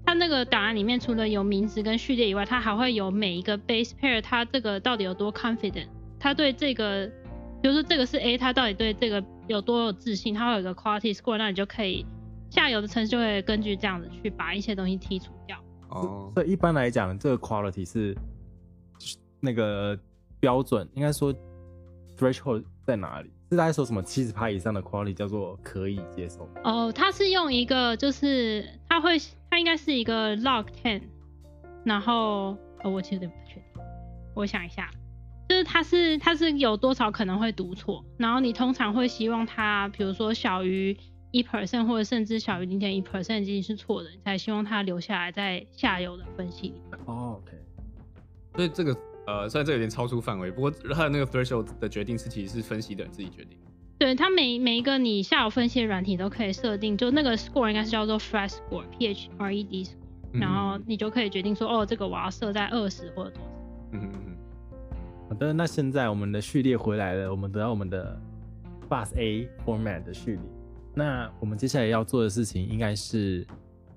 Speaker 3: 它那个档案里面除了有名字跟序列以外，它还会有每一个 base pair，它这个到底有多 confident，它对这个，比如说这个是 A，它到底对这个有多有自信，它会有一个 quality score，那你就可以下游的程序就会根据这样子去把一些东西剔除掉。
Speaker 1: 哦，
Speaker 2: 所以一般来讲，这个 quality 是是那个标准，应该说 threshold 在哪里？是大家说什么七十趴以上的 quality 叫做可以接受？
Speaker 3: 哦，它是用一个，就是它会，它应该是一个 log ten，然后、哦、我其实有点不确定，我想一下，就是它是它是有多少可能会读错，然后你通常会希望它，比如说小于一 percent 或者甚至小于零点一 percent 已经是错的，你才希望它留下来在下游的分析里。
Speaker 2: 哦，OK，
Speaker 1: 所以这个呃，虽然这有点超出范围，不过它的那个 threshold 的决定是其实是分析的人自己决定。
Speaker 3: 对它每每一个你下游分析的软体都可以设定，就那个 score 应该是叫做 f r e s score，P H R E D score。
Speaker 1: 嗯
Speaker 3: 然后你就可以决定说，哦，这个我要设在二十或者多少。
Speaker 1: 嗯哼嗯哼，
Speaker 2: 好的，那现在我们的序列回来了，我们得到我们的 bus A format 的序列。那我们接下来要做的事情应该是
Speaker 1: 你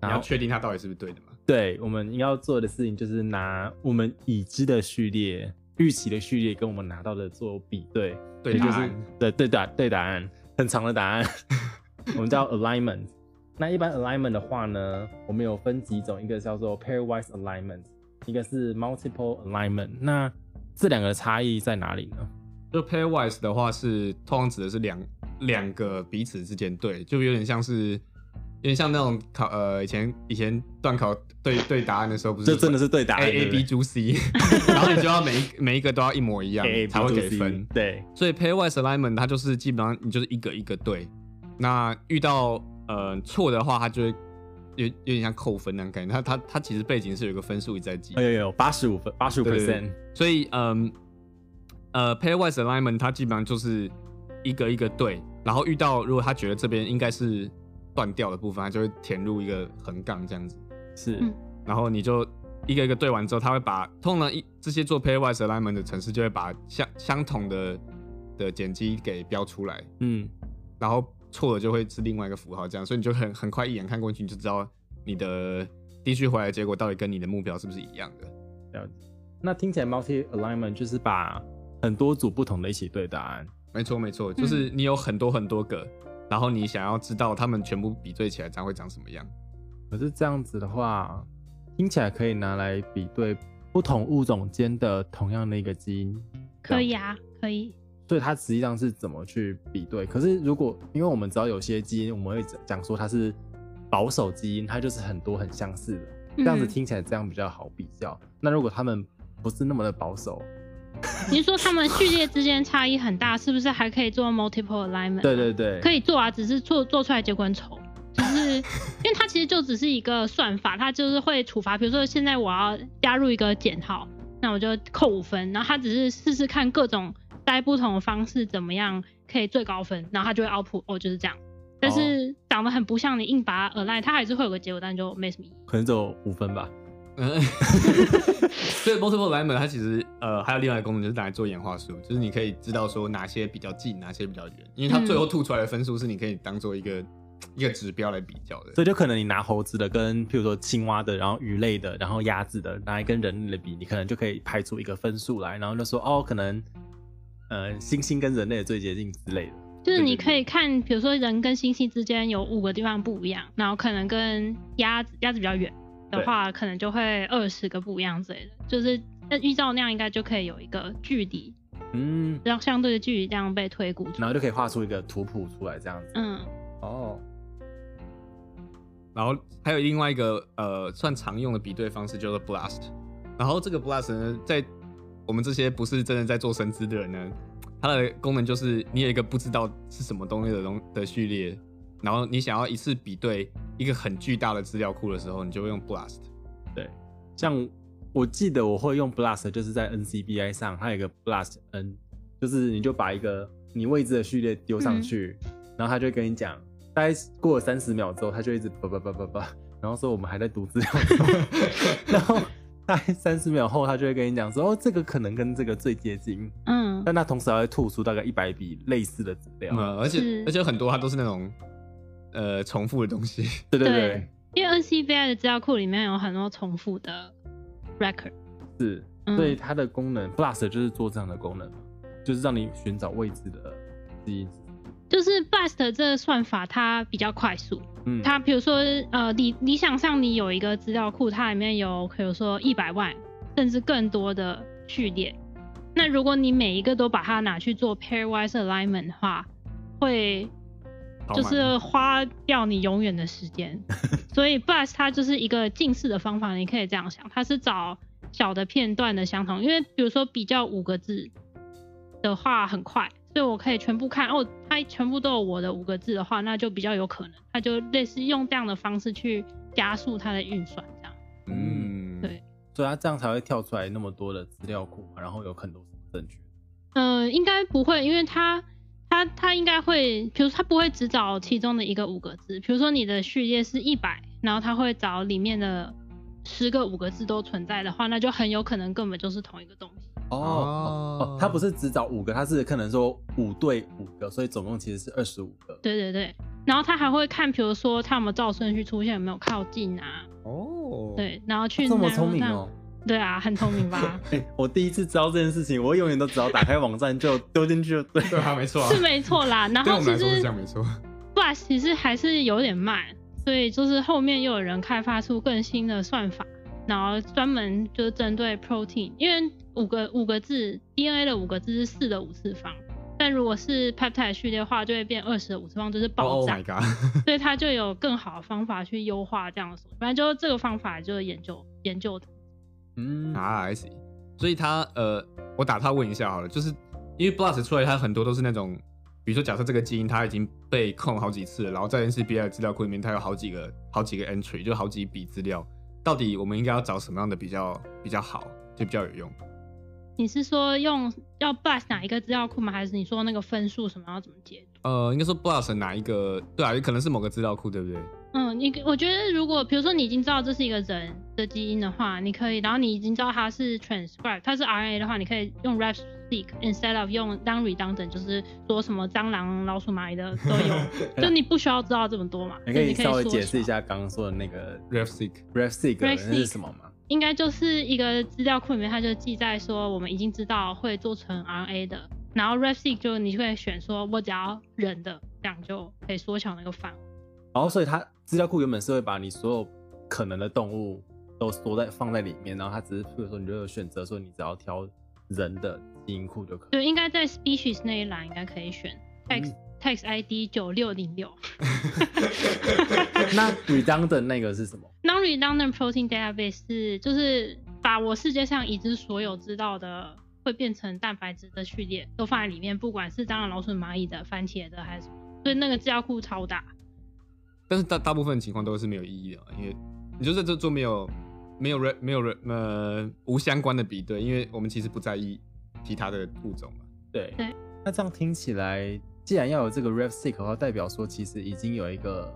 Speaker 2: 拿
Speaker 1: 要确定它到底是不是对的嘛？
Speaker 2: 对，我们要做的事情就是拿我们已知的序列、预期的序列跟我们拿到的做比对，啊
Speaker 1: 对
Speaker 2: 也就
Speaker 1: 答
Speaker 2: 是
Speaker 1: 案
Speaker 2: 对对答对答案，很长的答案， 我们叫 alignment。那一般 alignment 的话呢，我们有分几种，一个叫做 pairwise alignment，一个是 multiple alignment。那这两个差异在哪里呢？
Speaker 1: 就 pairwise 的话是通常指的是两两个彼此之间对，就有点像是有点像那种考呃以前以前段考对对答案的时候不是
Speaker 2: 这真的是对答案
Speaker 1: A A
Speaker 2: 对不对
Speaker 1: B 猪 C，然 后你就要每一每一个都要一模一样
Speaker 2: A A
Speaker 1: 才会给
Speaker 2: B to C
Speaker 1: 分。
Speaker 2: 对，
Speaker 1: 所以 pairwise alignment 它就是基本上你就是一个一个对，那遇到呃错的话，它就会有有点像扣分那样感觉。它它它其实背景是有一个分数一直在计
Speaker 2: 哎呦呦，八十五分，八十五
Speaker 1: 对对
Speaker 2: percent
Speaker 1: 对。所以嗯呃 pairwise alignment 它基本上就是一个一个对，然后遇到如果他觉得这边应该是断掉的部分，他就会填入一个横杠这样子，
Speaker 2: 是
Speaker 3: 嗯
Speaker 1: 然后你就。一个一个对完之后，他会把通常一这些做 pairwise alignment 的程式就会把相相同的的碱基给标出来，
Speaker 2: 嗯，
Speaker 1: 然后错了就会是另外一个符号，这样，所以你就很很快一眼看过去，你就知道你的地区回来的结果到底跟你的目标是不是一样的。
Speaker 2: 了解。那听起来 multi alignment 就是把很多组不同的一起对答案。
Speaker 1: 没错，没错，就是你有很多很多个，然后你想要知道它们全部比对起来，它会长什么样。
Speaker 2: 可是这样子的话，听起来可以拿来比对不同物种间的同样的一个基因。
Speaker 3: 可以啊，可以。
Speaker 2: 所以它实际上是怎么去比对？可是如果因为我们知道有些基因，我们会讲说它是保守基因，它就是很多很相似的，这
Speaker 3: 嗯
Speaker 2: 样子听起来这样比较好比较。那如果他们不是那么的保守，
Speaker 3: 嗯，你是说他们序列之间差异很大，是不是还可以做 multiple alignment？
Speaker 2: 对对对，
Speaker 3: 可以做啊，只是做做出来结果很丑，就是因为它其实就只是一个算法，它就是会处罚。比如说现在我要加入一个减号，那我就扣五分，然后它只是试试看各种在不同的方式怎么样可以最高分，然后它就会 output 哦就是这样。但是长得很不像你硬把它呃 align，它还是会有个结果，但就没什么意义。
Speaker 2: 可能只有五分吧。
Speaker 1: 嗯， 所以 multiple alignment 它其实呃还有另外一个功能，就是拿来做演化树，就是你可以知道说哪些比较近，哪些比较远，因为它最后吐出来的分数是你可以当做一个一个指标来比较的。
Speaker 2: 所以就可能你拿猴子的跟譬如说青蛙的，然后鱼类的，然后鸭子的，拿来跟人类的比，你可能就可以排出一个分数来，然后就说哦，可能呃猩猩跟人类的最接近之类的。
Speaker 3: 就是
Speaker 1: 对
Speaker 3: 你
Speaker 1: 对
Speaker 3: 可以看，比如说人跟星系之间有五个地方不一样，然后可能跟鸭子鸭子比较远的
Speaker 2: 对
Speaker 3: 话，可能就会二十个不一样之类的。就是那依照那样，应该就可以有一个距离，
Speaker 2: 嗯，
Speaker 3: 然后相对的距离这样被推估出
Speaker 2: 然
Speaker 3: 来。
Speaker 2: 后就可以画出一个图谱出来这样子。
Speaker 3: 嗯，
Speaker 2: 哦，
Speaker 1: 然后还有另外一个呃算常用的比对方式就是 blast，然后这个 blast 呢，在我们这些不是真的在做生资的人呢，它的功能就是你有一个不知道是什么东西的东的序列，然后你想要一次比对一个很巨大的资料库的时候，你就会用 blast。
Speaker 2: 像我记得我会用 Blast，就是在 NCBI 上，它有一个 Blast N，就是你就把一个你未知的序列丢
Speaker 3: 嗯
Speaker 2: 上去，然后它就会跟你讲，大概过了三十秒之后，它就一直叭叭叭叭叭，然后说我们还在读资料中， 然后大概三十秒后，它就会跟你讲说，哦，这个可能跟这个最接近，
Speaker 3: 嗯，
Speaker 2: 但它同时还会吐出大概一百笔类似的资料，
Speaker 1: 嗯，而且
Speaker 3: 是
Speaker 1: 而且很多它都是那种呃重复的东西。
Speaker 2: 对对
Speaker 3: 对因为 NCBI 的资料库里面有很多重复的 record，
Speaker 2: 对，是。
Speaker 3: 嗯，
Speaker 2: 所以它的功能 Blast 就是做这样的功能嘛，就是让你寻找未知的基因。
Speaker 3: 就是 Blast 这个算法它比较快速，
Speaker 2: 嗯，
Speaker 3: 它比如说呃理理想上你有一个资料库，它里面有比如说一百万甚至更多的序列，那如果你每一个都把它拿去做 pairwise alignment 的话，会
Speaker 1: 好
Speaker 3: 就
Speaker 1: 嘛
Speaker 3: 是花掉你永远的时间。所以 Blast 它就是一个近似的方法，你可以这样想，它是找小的片段的相同，因为比如说比较五个字的话很快，所以我可以全部看哦，它全部都有我的五个字的话，那就比较有可能，它就类似用这样的方式去加速它的运算，这样。
Speaker 1: 嗯，
Speaker 3: 对
Speaker 2: 所以它这样才会跳出来那么多的资料库嘛，然后有很多是正确的。
Speaker 3: 嗯，应该不会，因为它它它应该会，比如说它不会只找其中的一个五个字，比如说你的序列是一百，然后它会找里面的十个五个字都存在的话，那就很有可能根本就是同一个东西。
Speaker 1: 哦
Speaker 2: 哦，它不是只找五个，它是可能说五对五个，所以总共其实是二十五个。
Speaker 3: 对对对，然后它还会看，比如说它有没有照顺序出现，有没有靠近啊，
Speaker 1: 哦，，
Speaker 3: 对，然后去
Speaker 2: 这么
Speaker 3: 纳入
Speaker 2: 聪明
Speaker 3: 那
Speaker 2: 哦！
Speaker 3: 对啊，很聪明吧？
Speaker 2: 哎，我第一次知道这件事情，我永远都只要打开网站 就丢进去就对。
Speaker 1: 对啊，没错啊，
Speaker 3: 是没错 啦，然
Speaker 1: 对
Speaker 3: 后
Speaker 1: 我们
Speaker 3: 其
Speaker 1: 来说是
Speaker 3: 实
Speaker 1: 这样没错。
Speaker 3: Flash 其实还是有点慢，所以就是后面又有人开发出更新的算法，然后专门就是针对 protein，因为五个五个字 DNA 的五个字是四的五次方，但如果是 peptide 序列的话，就会变二十的五次方，就是爆
Speaker 1: Oh
Speaker 3: 炸
Speaker 1: my god！
Speaker 3: 所以它就有更好的方法去优化这样的手段。反正就是这个方法就是研究研究的，
Speaker 2: 嗯，
Speaker 1: 啊，I see。所以他呃，我打他问一下好了，就是因为 Blast 出来，它很多都是那种，比如说假设这个基因它已经被控好几次了，然后在 NCBI 资料库里面它有好几个好几个 entry，就好几笔资料，到底我们应该要找什么样的比较比较好，就比较有用？
Speaker 3: 你是说用要 blast 哪一个资料库吗？还是你说那个分数什么要怎么解
Speaker 1: 呃，应该说 Blast 哪一个？对啊，可能是某个资料库，对不对？
Speaker 3: 嗯，你我觉得如果比如说你已经知道这是一个人的基因的话，你可以，然后你已经知道它是 transcribe，它是 RNA 的话，你可以用 rep seq instead of 用 d o n r e d u n d a n 就是说什么蟑螂、老鼠、蚂 蚁的都有，就你不需要知道这么多嘛。
Speaker 2: 你可以
Speaker 3: 所
Speaker 2: 稍微
Speaker 3: 缩
Speaker 2: 解释一
Speaker 3: 小，
Speaker 2: 下刚刚说的那个
Speaker 1: RefSeq
Speaker 2: RefSeq 那
Speaker 3: RefSeq
Speaker 2: 是什么吗？
Speaker 3: 应该就是一个资料库里面，它就记载说我们已经知道会做成 RNA 的，然后 rep seq 就你会选说我只要人的，这样就可以缩小那个范围。
Speaker 2: 然后所以它资料库原本是会把你所有可能的动物都缩在放在里面，然后它只是譬如说你就有选择说你只要挑人的基因库就可以。
Speaker 3: 就应该在 species 那一栏应该可以选 text、text ID 九六零六
Speaker 2: 那 redundant 那个是什么？
Speaker 3: non-redundant protein database 是就是把我世界上已知所有知道的会变成蛋白质的序列都放在里面，不管是蟑螂、老鼠、蚂蚁的、番茄的还是什么，所以那个资料库超大。
Speaker 1: 但是大大部分情况都是没有意义的，因为你就在这做没有没有 re, 没有 re, 呃无相关的比对，因为我们其实不在意其他的物种嘛。
Speaker 2: 对
Speaker 3: 对
Speaker 2: 那这样听起来，既然要有这个 refseq 的话，代表说其实已经有一个，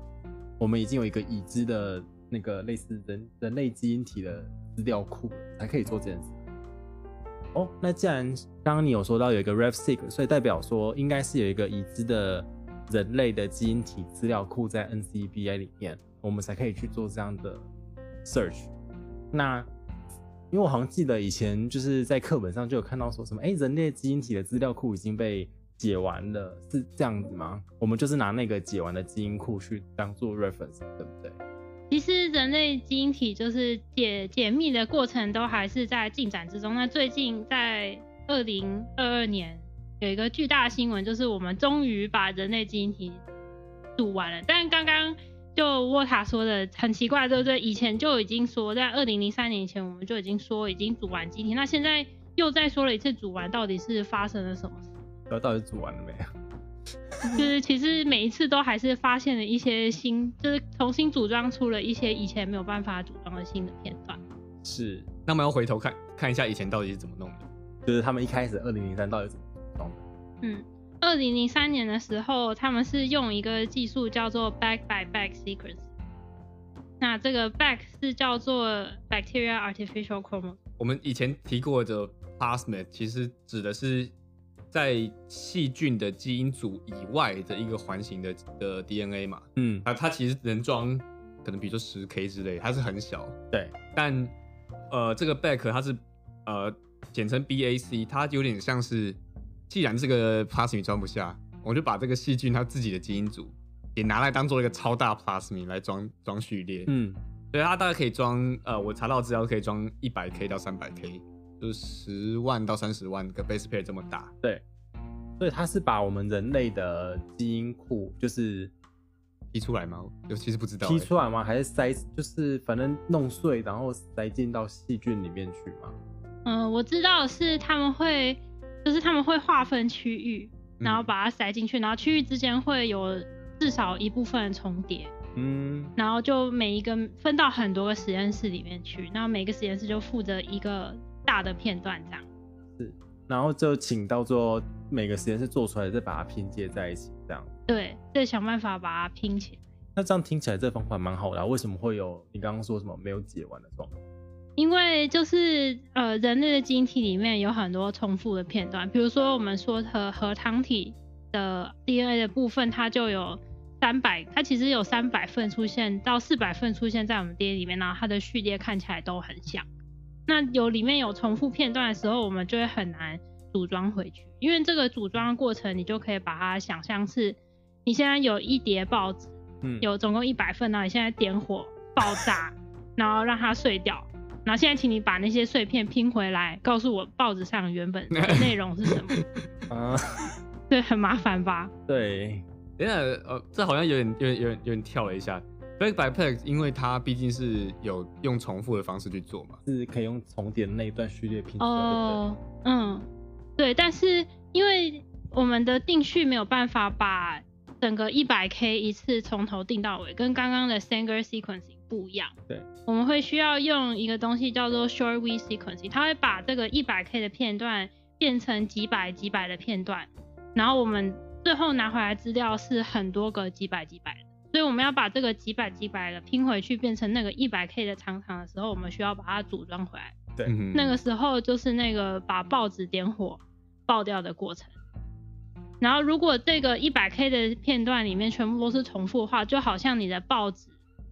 Speaker 2: 我们已经有一个已知的那个类似人人类基因体的资料库了，才可以做这件事。哦，那既然刚刚你有说到有一个 refseq，所以代表说应该是有一个已知的人类的基因体资料库在 NCBI 里面，我们才可以去做这样的 search。那因为我好像记得以前就是在课本上就有看到说什么，哎、人类基因体的资料库已经被解完了，是这样子吗？我们就是拿那个解完的基因库去当做 reference，对不对？
Speaker 3: 其实人类基因体就是解解密的过程都还是在进展之中。那最近在二零二二年有一个巨大的新闻，就是我们终于把人类基因体读完了。但刚刚就沃塔说的很奇怪，对不对？以前就已经说，在二零零三年以前我们就已经说已经读完基因体，那现在又再说了一次读完，到底是发生了什么事？
Speaker 2: 那到底煮完了没？
Speaker 3: 就是其实每一次都还是发现了一些新，就是重新组装出了一些以前没有办法组装的新的片段。
Speaker 2: 是，
Speaker 1: 那我们要回头看看一下以前到底是怎么弄的。
Speaker 2: 就是他们一开始二零零三到底怎么弄的？
Speaker 3: 嗯，二零零三年的时候，他们是用一个技术叫做 back by back sequence。那这个 back 是叫做 bacteria artificial chromosome。
Speaker 1: 我们以前提过的 plasmid 其实指的是在细菌的基因组以外的一个环形的的 DNA 嘛，
Speaker 2: 嗯，
Speaker 1: 啊，它其实能装可能比如说十 K 之类，它是很小，
Speaker 2: 对，
Speaker 1: 但呃，这个 back 它是呃简称 BAC，它有点像是，既然这个 plasmid 装不下，我就把这个细菌它自己的基因组也拿来当做一个超大 plasmid 来装装序列，
Speaker 2: 嗯，
Speaker 1: 所以它大概可以装，呃，我查到资料可以装一百 K 到三百 K，就是十万到三十万个 base pair 这么大。
Speaker 2: 所以他是把我们人类的基因库就是
Speaker 1: 批出来吗？我其实不知道欸、
Speaker 2: 批出来吗？还是塞就是反正弄碎，然后塞进到细菌里面去嘛？
Speaker 3: 嗯，我知道是他们会，就是他们会划分区域，
Speaker 1: 嗯
Speaker 3: 然后把它塞进去，然后区域之间会有至少一部分重叠。
Speaker 2: 嗯，
Speaker 3: 然后就每一个分到很多个实验室里面去，然后每个实验室就负责一个大的片段这样。
Speaker 2: 然后就请到最后每个实验室做出来，再把它拼接在一起，这样。
Speaker 3: 对，再想办法把它拼起来。
Speaker 2: 那这样听起来这方法蛮好的啊、为什么会有你刚刚说什么没有解完的状况？
Speaker 3: 因为就是呃，人类的基因体里面有很多重复的片段，比如说我们说核核糖体的 DNA 的部分，它就有三百，它其实有三百份出现到四百份出现在我们 DNA 里面，然后它的序列看起来都很像。那有里面有重复片段的时候，我们就会很难组装回去，因为这个组装的过程，你就可以把它想象是，你现在有一叠报纸，
Speaker 2: 嗯，
Speaker 3: 有总共一百份，然后你现在点火爆炸，然后让它碎掉。然后现在请你把那些碎片拼回来，告诉我报纸上原本的内容是什么。
Speaker 2: 啊、
Speaker 3: 对，很麻烦吧？
Speaker 2: 对，
Speaker 1: 等一下，呃，这好像有点、有点、有点、有点跳了一下。Back by pack，因为它毕竟是有用重复的方式去做嘛，
Speaker 2: 是可以用重叠的那一段序列拼出来，
Speaker 3: 哦，嗯，对，但是因为我们的定序没有办法把整个一百 K 一次从头定到尾，跟刚刚的 Sanger sequencing 不一样。
Speaker 2: 对，
Speaker 3: 我们会需要用一个东西叫做 Short V sequencing，它会把这个一百 K 的片段变成几百几百的片段，然后我们最后拿回来资料是很多个几百几百的。所以我们要把这个几百几百的拼回去，变成那个一百 K 的长长的时候，我们需要把它组装回来。
Speaker 2: 对
Speaker 1: 嗯哼
Speaker 3: 那个时候就是那个把报纸点火爆掉的过程。然后，如果这个一百 K 的片段里面全部都是重复的话，就好像你的报纸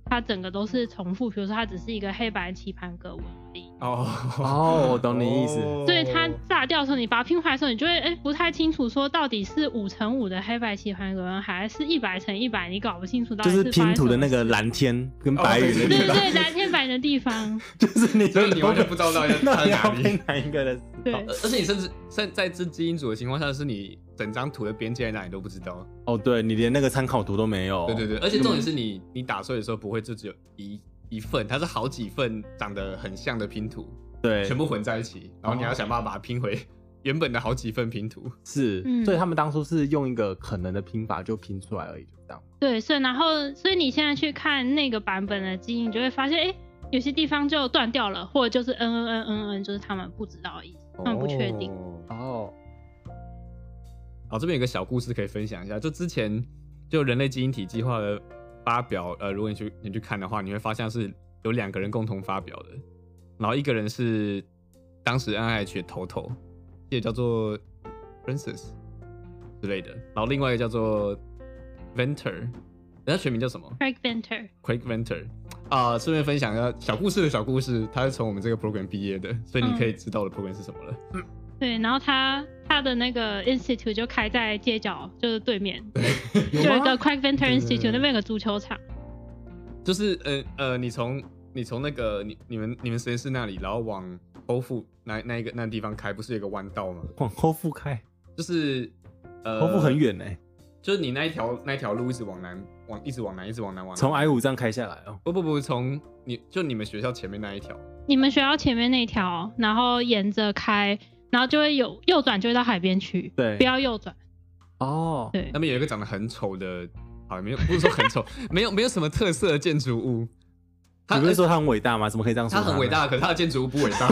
Speaker 3: 它整个都是重复，比如说它只是一个黑白棋盘格纹而已。
Speaker 2: 对不对
Speaker 1: 哦，
Speaker 2: 哦，我懂你意思，
Speaker 1: 哦
Speaker 3: 所以它炸掉的时候，你把它拼回来的时候，你就会哎、不太清楚说到底是五乘五的黑白棋盘格纹，还是一百乘一百，你搞不清楚到
Speaker 2: 就
Speaker 3: 底
Speaker 2: 是
Speaker 3: 是
Speaker 2: 拼图的那
Speaker 3: 发
Speaker 2: 个
Speaker 3: 生什么
Speaker 2: 蓝天跟
Speaker 1: 哦
Speaker 2: 白云的
Speaker 3: 事。对
Speaker 2: 地
Speaker 3: 对
Speaker 2: 方，
Speaker 3: 对，蓝天白的地方，
Speaker 2: 就是你，
Speaker 1: 所以你完全不知道到底
Speaker 2: 那
Speaker 1: 它
Speaker 2: 你
Speaker 1: 在
Speaker 2: 要
Speaker 1: 哪
Speaker 2: 拼
Speaker 1: 里。
Speaker 2: 哪一个的时候？
Speaker 3: 对，
Speaker 1: 而而且你甚至甚在这基因组的情况下，是你整张图的边界在哪里都不知道。
Speaker 2: 哦，对你连那个参考图都没有，
Speaker 1: 对对对，而且重
Speaker 2: 嗯
Speaker 1: 点是你你打碎的时候不会就只有一一份，它是好几份长得很像的拼图，
Speaker 2: 对，
Speaker 1: 全部混在一起，然后你
Speaker 2: 哦
Speaker 1: 要想办法把它拼回原本的好几份拼图。
Speaker 2: 是，
Speaker 3: 嗯
Speaker 2: 所以他们当初是用一个可能的拼法就拼出来而已，就这样。
Speaker 3: 对，所以然后，所以你现在去看那个版本的基因，你就会发现，哎、有些地方就断掉了，或者就是嗯嗯嗯嗯嗯，就是他们不知道的意思，他嗯们不确定。
Speaker 2: 哦，
Speaker 1: 好，这边有个小故事可以分享一下。就之前就人类基因体计划的发表，呃，如果你去你去看的话，你会发现是有两个人共同发表的，然后一个人是当时 NIH 的头头，也叫做 Princess 之类的，然后另外一个叫做 Venter，人家全名叫什么
Speaker 3: Craig Venter，
Speaker 1: ？Craig Venter。啊、顺便分享一下小故事的小故事，他是从我们这个 program 毕业的，所以你可以知道我的 program 是什么了。
Speaker 3: 对，然后他他的那个 institute 就开在街角，就是对面，就有一个 Craig
Speaker 1: 对
Speaker 3: Venter
Speaker 1: 对
Speaker 3: Institute
Speaker 1: 对
Speaker 3: 那边有个足球场，
Speaker 1: 就是呃呃，你从你从那个你你们你们实验室那里，然后往欧富那那一个那地方开，不是有一个弯道吗？
Speaker 2: 往后复开，
Speaker 1: 就是呃，
Speaker 2: 后复很，远呢、
Speaker 1: 就是你那一条那一条路一直往南，往一直往南，一直往南往南
Speaker 2: 从 I 五这样开下来哦。
Speaker 1: 不不不，从你就你们学校前面那一条，
Speaker 3: 你们学校前面那条，然后沿着开，然后就会有右转就会到海边去，
Speaker 2: 对
Speaker 3: 不要右转，
Speaker 2: 哦，
Speaker 3: 对
Speaker 1: 那，边有一个长得很丑的，好没有不是说很丑，没有没有什么特色的建筑物。它
Speaker 2: 你不是说他很伟大吗？怎么可以这样说
Speaker 1: 它
Speaker 2: 呢
Speaker 1: 很伟大，可是它的建筑物不伟 大，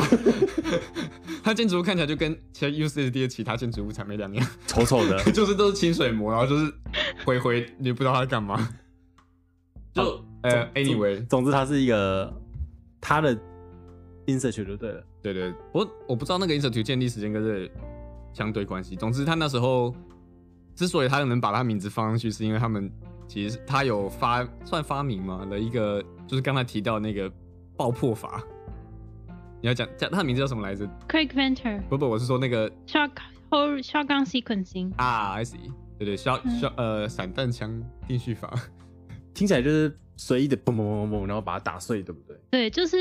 Speaker 1: 它建筑物看起来就跟其实 UCSD 的其他建筑物才没两样。，
Speaker 2: 丑丑的
Speaker 1: 就是都是清水模，然后就是回回，你不知道他在干嘛。就呃，anyway，
Speaker 2: 总之它是一个它的 institute 就对了。
Speaker 1: 对对，我我不知道那个 institute 建立时间跟这个相对关系。总之，他那时候之所以他能把他名字放上去，是因为他们其实他有发算发明嘛的一个，就是刚才提到那个爆破法。你要讲讲他的名字叫什么来着？
Speaker 3: Craig Venter
Speaker 1: 不不，我是说那个
Speaker 3: shot whole shotgun sequencing，
Speaker 1: 啊，I see，对对，消
Speaker 3: 嗯
Speaker 1: 消呃散弹枪定序法。
Speaker 2: 听起来就是随意的嘣嘣嘣嘣，然后把它打碎，对不对？
Speaker 3: 对，就是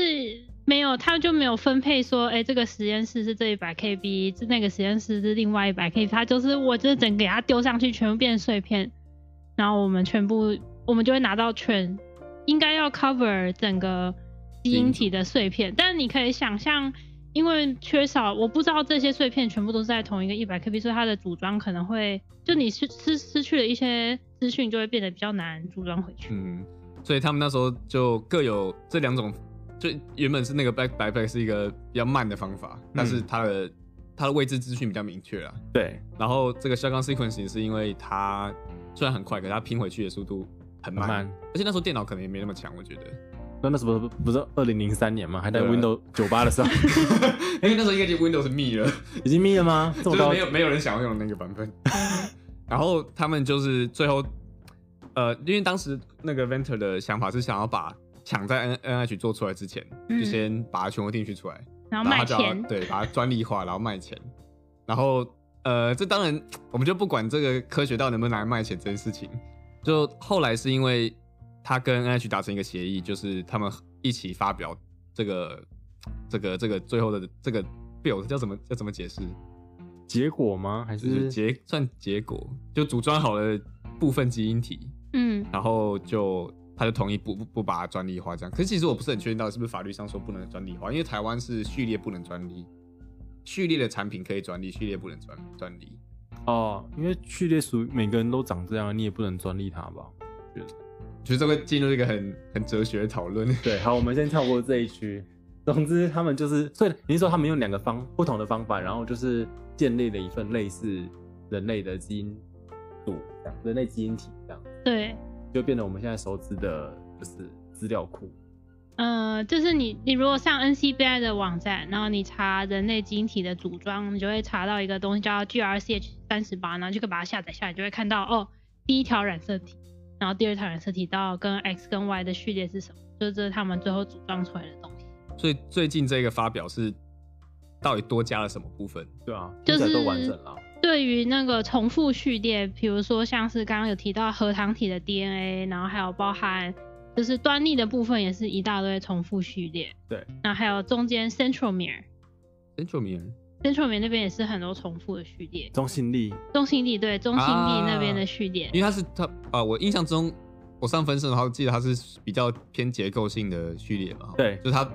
Speaker 3: 没有，他就没有分配说，哎、这个实验室是这一百 KB，这那个实验室是另外一百 KB，他就是我就是整个给他丢上去，全部变碎片，然后我们全部我们就会拿到全应该要 cover 整个基因体的碎片，但你可以想象。因为缺少，我不知道这些碎片全部都是在同一个一百 KB，所以它的组装可能会，就你失失失去了一些资讯，就会变得比较难组装回去。
Speaker 1: 嗯，所以他们那时候就各有这两种，就原本是那个 back backpack 是一个比较慢的方法，
Speaker 2: 嗯
Speaker 1: 但是它的它的位置资讯比较明确啊。
Speaker 2: 对，
Speaker 1: 然后这个下杠 sequencing 是因为它虽然很快，可是它拼回去的速度很慢，
Speaker 2: 很慢
Speaker 1: 而且那时候电脑可能也没那么强，我觉得，
Speaker 2: 那那时候不不是二零零三年吗？还在
Speaker 1: 对啊
Speaker 2: Windows 九八的时候，
Speaker 1: 因为那时候应该就 Windows 密了，
Speaker 2: 已经灭了吗？这
Speaker 1: 就
Speaker 2: 么
Speaker 1: 是
Speaker 2: 高
Speaker 1: 没有没有人想要用那个版本。
Speaker 3: 嗯
Speaker 1: 然后他们就是最后，呃，因为当时那个 Venter 的想法是想要把抢在 N N H 做出来之前，
Speaker 3: 嗯
Speaker 1: 就先把它全部定序出来，
Speaker 3: 然
Speaker 1: 嗯然
Speaker 3: 后
Speaker 1: 后
Speaker 3: 卖
Speaker 1: 他就要
Speaker 3: 钱，
Speaker 1: 对，把它专利化，然后卖钱。然后呃，这当然我们就不管这个科学到底能不能拿来卖钱这件事情。就后来是因为他跟 NH 达成一个协议，就是他们一起发表这个这个这个最后的这个 bill 叫怎么叫怎么解释？
Speaker 2: 结果吗？还
Speaker 1: 就是
Speaker 2: 是
Speaker 1: 结算结果，就组装好了部分基因体，
Speaker 3: 嗯，
Speaker 1: 然后就他就同意不不不把它专利化这样。可是其实我不是很确定到底是不是法律上说不能专利化，因为台湾是序列不能专利，序列的产品可以专利，序列不能专专利。
Speaker 2: 哦？因为序列属于每个人都长这样，你也不能专利它吧？
Speaker 1: 就是这个进入一个很很哲学的讨论。
Speaker 2: 对，好，我们先跳过这一区。总之，他们就是，所以您说他们用两个方不同的方法，然后就是建立了一份类似人类的基因组，这样人类基因体这样，
Speaker 3: 对，
Speaker 2: 就变成我们现在熟知的，就是资料库。
Speaker 3: 呃，就是你你如果上 NCBI 的网站，然后你查人类基因体的组装，你就会查到一个东西叫 GRCH 三十八，然后就可以把它下载下来，就会看到哦，第一条染色体，然后第二条染色体到跟 X 跟 Y 的序列是什么，就是这是他们最后组装出来的东西。
Speaker 1: 所以最近这个发表是到底多加了什么部分？
Speaker 2: 对啊，
Speaker 3: 就
Speaker 2: 听起来
Speaker 3: 是
Speaker 2: 都完整了。
Speaker 3: 对于那个重复序列，比如说像是刚刚有提到核糖体的 DNA，然后还有包含就是端粒的部分也是一大堆重复序列。
Speaker 2: 对，
Speaker 3: 然后还有中间 centromere。
Speaker 1: Centromere
Speaker 3: Centromere 那边也是很多重复的序列，
Speaker 2: 中性力
Speaker 3: 中心地对中心地那边
Speaker 1: 啊
Speaker 3: 的序列，
Speaker 1: 因为它是它啊、我印象中我上分身的话，记得它是比较偏结构性的序列嘛，
Speaker 2: 对
Speaker 1: 就是它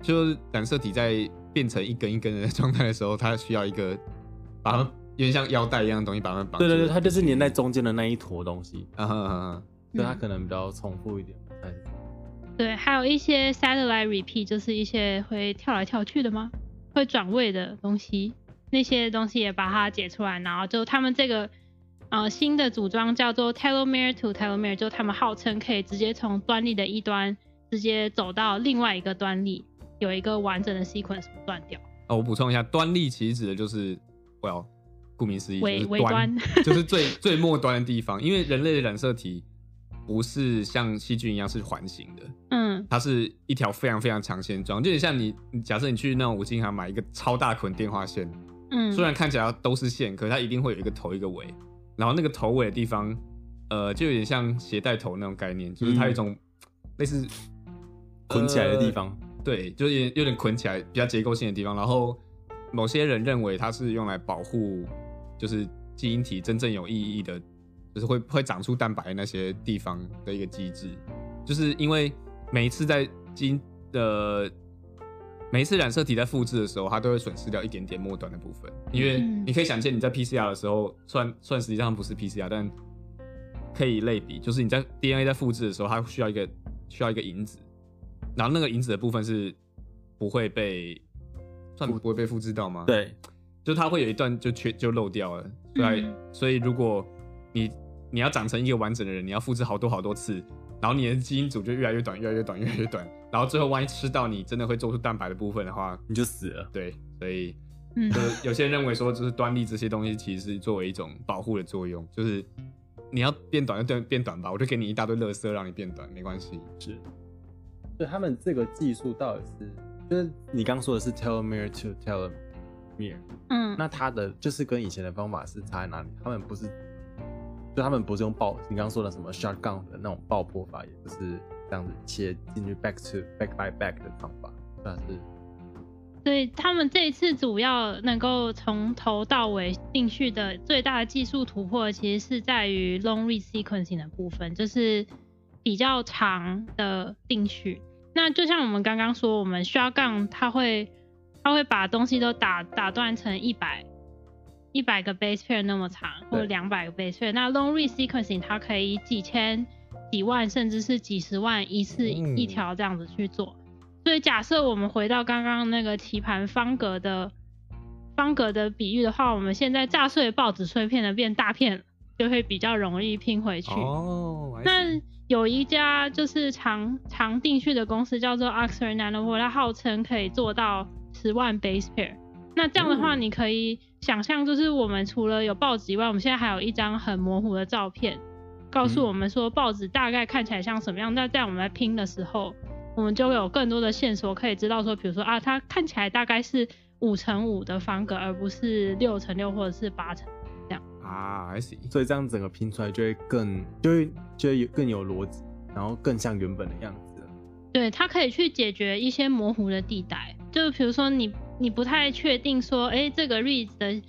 Speaker 1: 就是染色体在变成一根一根的 状态的时候，它需要一个把它们有点像腰带一样的东西把它们绑住。
Speaker 2: 啊对对对，它就是粘在中间的那一坨东西，
Speaker 1: 啊哈哈哈，
Speaker 2: 所以
Speaker 3: 嗯
Speaker 2: 它可能比较重复一点。但是
Speaker 3: 对，还有一些 satellite repeat，就是一些会跳来跳去的吗？会转位的东西，那些东西也把它解出来，然后就他们这个呃新的组装叫做 telomere to telomere，就他们号称可以直接从端粒的一端直接走到另外一个端粒，有一个完整的 sequence 不断掉。
Speaker 1: 哦，我补充一下，端粒其实指的就是 well 顾名思义
Speaker 3: 尾
Speaker 1: 就是
Speaker 3: 尾
Speaker 1: 端，
Speaker 3: 端
Speaker 1: 就是最最末端的地方。因为人类的染色体不是像细菌一样是环形的，
Speaker 3: 嗯
Speaker 1: 它是一条非常非常长线状，就有点像你你假设你去那种五金行买一个超大捆电话线，
Speaker 3: 嗯，
Speaker 1: 虽然看起来都是线，可是它一定会有一个头一个尾，然后那个头尾的地方，呃，就有点像鞋带头那种概念，就是它有一种类似
Speaker 2: 嗯捆起来的地方，
Speaker 1: 对，就有点有点捆起来，比较结构性的地方。然后某些人认为它是用来保护，就是基因体真正有意义的，就是会会长出蛋白那些地方的一个机制。就是因为每一次在基因的每一次染色体在复制的时候，它都会损失掉一点点末端的部分。因为
Speaker 3: 嗯
Speaker 1: 你可以想见，你在 PCR 的时候，算算实际上不是 PCR，但可以类比，就是你在 DNA 在复制的时候，它需要一个需要一个引子，然后那个引子的部分是不会被算不会被复制到吗？，
Speaker 2: 对，
Speaker 1: 就是它会有一段就缺就漏掉了，对、
Speaker 3: 嗯
Speaker 1: 所以如果你你要长成一个完整的人，你要复制好多好多次，然后你的基因组就越来越短，越来越短，越来越短，然后最后万一吃到你真的会做出蛋白的部分的话，
Speaker 2: 你就死了。
Speaker 1: 对，所以
Speaker 3: 嗯
Speaker 1: 就是有些人认为说，就是端粒这些东西其实是作为一种保护的作用，就是你要变短就变变短吧，我就给你一大堆垃圾让你变短，没关系。
Speaker 2: 是，就他们这个技术到底是，就是你刚说的是 telomere to telomere，
Speaker 3: 嗯
Speaker 2: 那它的就是跟以前的方法是差在哪里？他们不是，就他们不是用爆，你刚说的什么 shotgun 的那种爆破法，也不是这样子切进去 back to back by back 的方法，算是
Speaker 3: 所以他们这一次主要能够从头到尾进去的最大的技术突破，其实是在于 long read sequencing 的部分，就是比较长的定序。那就像我们刚刚说，我们 shotgun 它会它会把东西都打打断成一百一百个 base pair 那么长，或
Speaker 2: 对
Speaker 3: 两百个 base pair。那 long read sequencing 它可以几千、几万，甚至是几十万一次
Speaker 2: 嗯
Speaker 3: 一条这样子去做。所以假设我们回到刚刚那个棋盘方格的方格的比喻的话，我们现在炸碎的报纸碎片呢变大片了，就会比较容易拼回去。
Speaker 1: 哦，
Speaker 3: 那有一家就是常常定序的公司叫做 Oxford Nanopore，它号称可以做到十万 base pair。那这样的话，
Speaker 2: 哦
Speaker 3: 你可以想象，就是我们除了有报纸以外，我们现在还有一张很模糊的照片，告诉
Speaker 1: 嗯
Speaker 3: 我们说报纸大概看起来像什么样。那在我们来拼的时候，我们就有更多的线索可以知道说，比如说啊，它看起来大概是五乘五的方格，而不是六乘六或者是八乘。
Speaker 1: 啊，I see，
Speaker 2: 所以这样整个拼出来就会更，就会就会有更有逻辑，然后更像原本的样子了。
Speaker 3: 对，它可以去解决一些模糊的地带，就比如说你你不太确定说，哎，这个 read 的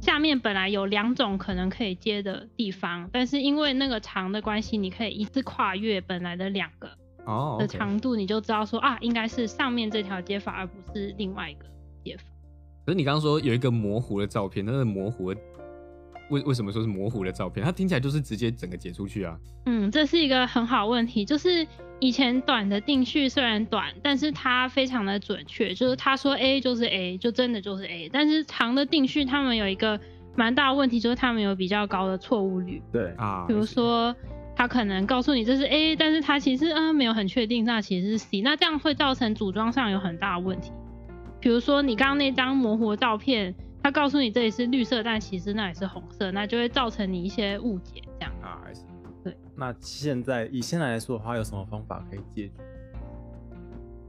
Speaker 3: 下面本来有两种可能可以接的地方，但是因为那个长的关系，你可以一次跨越本来的两个
Speaker 1: 哦
Speaker 3: 的
Speaker 1: OK
Speaker 3: 长度，你就知道说啊，应该是上面这条接法，而不是另外一个接法。
Speaker 1: 可是你刚刚说有一个模糊的照片，那个模糊的为为什么说是模糊的照片？它听起来就是直接整个截出去啊。
Speaker 3: 嗯，这是一个很好问题。就是以前短的定序虽然短，但是它非常的准确，就是他说 A 就是 A，就真的就是 A。但是长的定序，他们有一个蛮大的问题，就是他们有比较高的错误率。
Speaker 2: 对，
Speaker 1: 啊，
Speaker 3: 比如说，他可能告诉你这是 A，但是他其实嗯没有很确定，那其实是 C。那这样会造成组装上有很大的问题。比如说你刚刚那张模糊的照片，他告诉你这里是绿色，但其实那里是红色，那就会造成你一些误解，这样。
Speaker 1: 啊，I see，
Speaker 2: 那现在以现在来说的话，有什么方法可以解决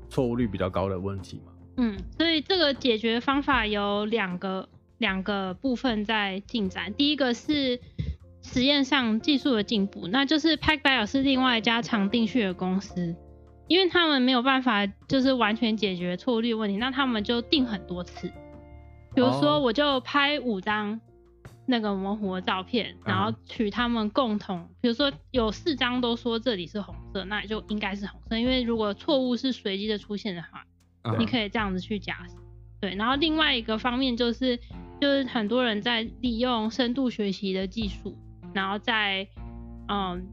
Speaker 2: 错误率比较高的问题吗？
Speaker 3: 嗯，所以这个解决方法有两个两个部分在进展。第一个是实验上技术的进步，那就是 PacBio 是另外一家常定序的公司，因为他们没有办法就是完全解决错误率问题，那他们就定很多次。比如
Speaker 2: 哦
Speaker 3: 说，我就拍五张那个模糊的照片，然后
Speaker 1: 嗯
Speaker 3: 取他们共同，比如说有四张都说这里是红色，那就应该是红色，因为如果错误是随机的出现的话，
Speaker 1: 啊
Speaker 3: 你可以这样子去假设。对，然后另外一个方面就是，就是很多人在利用深度学习的技术，然后在嗯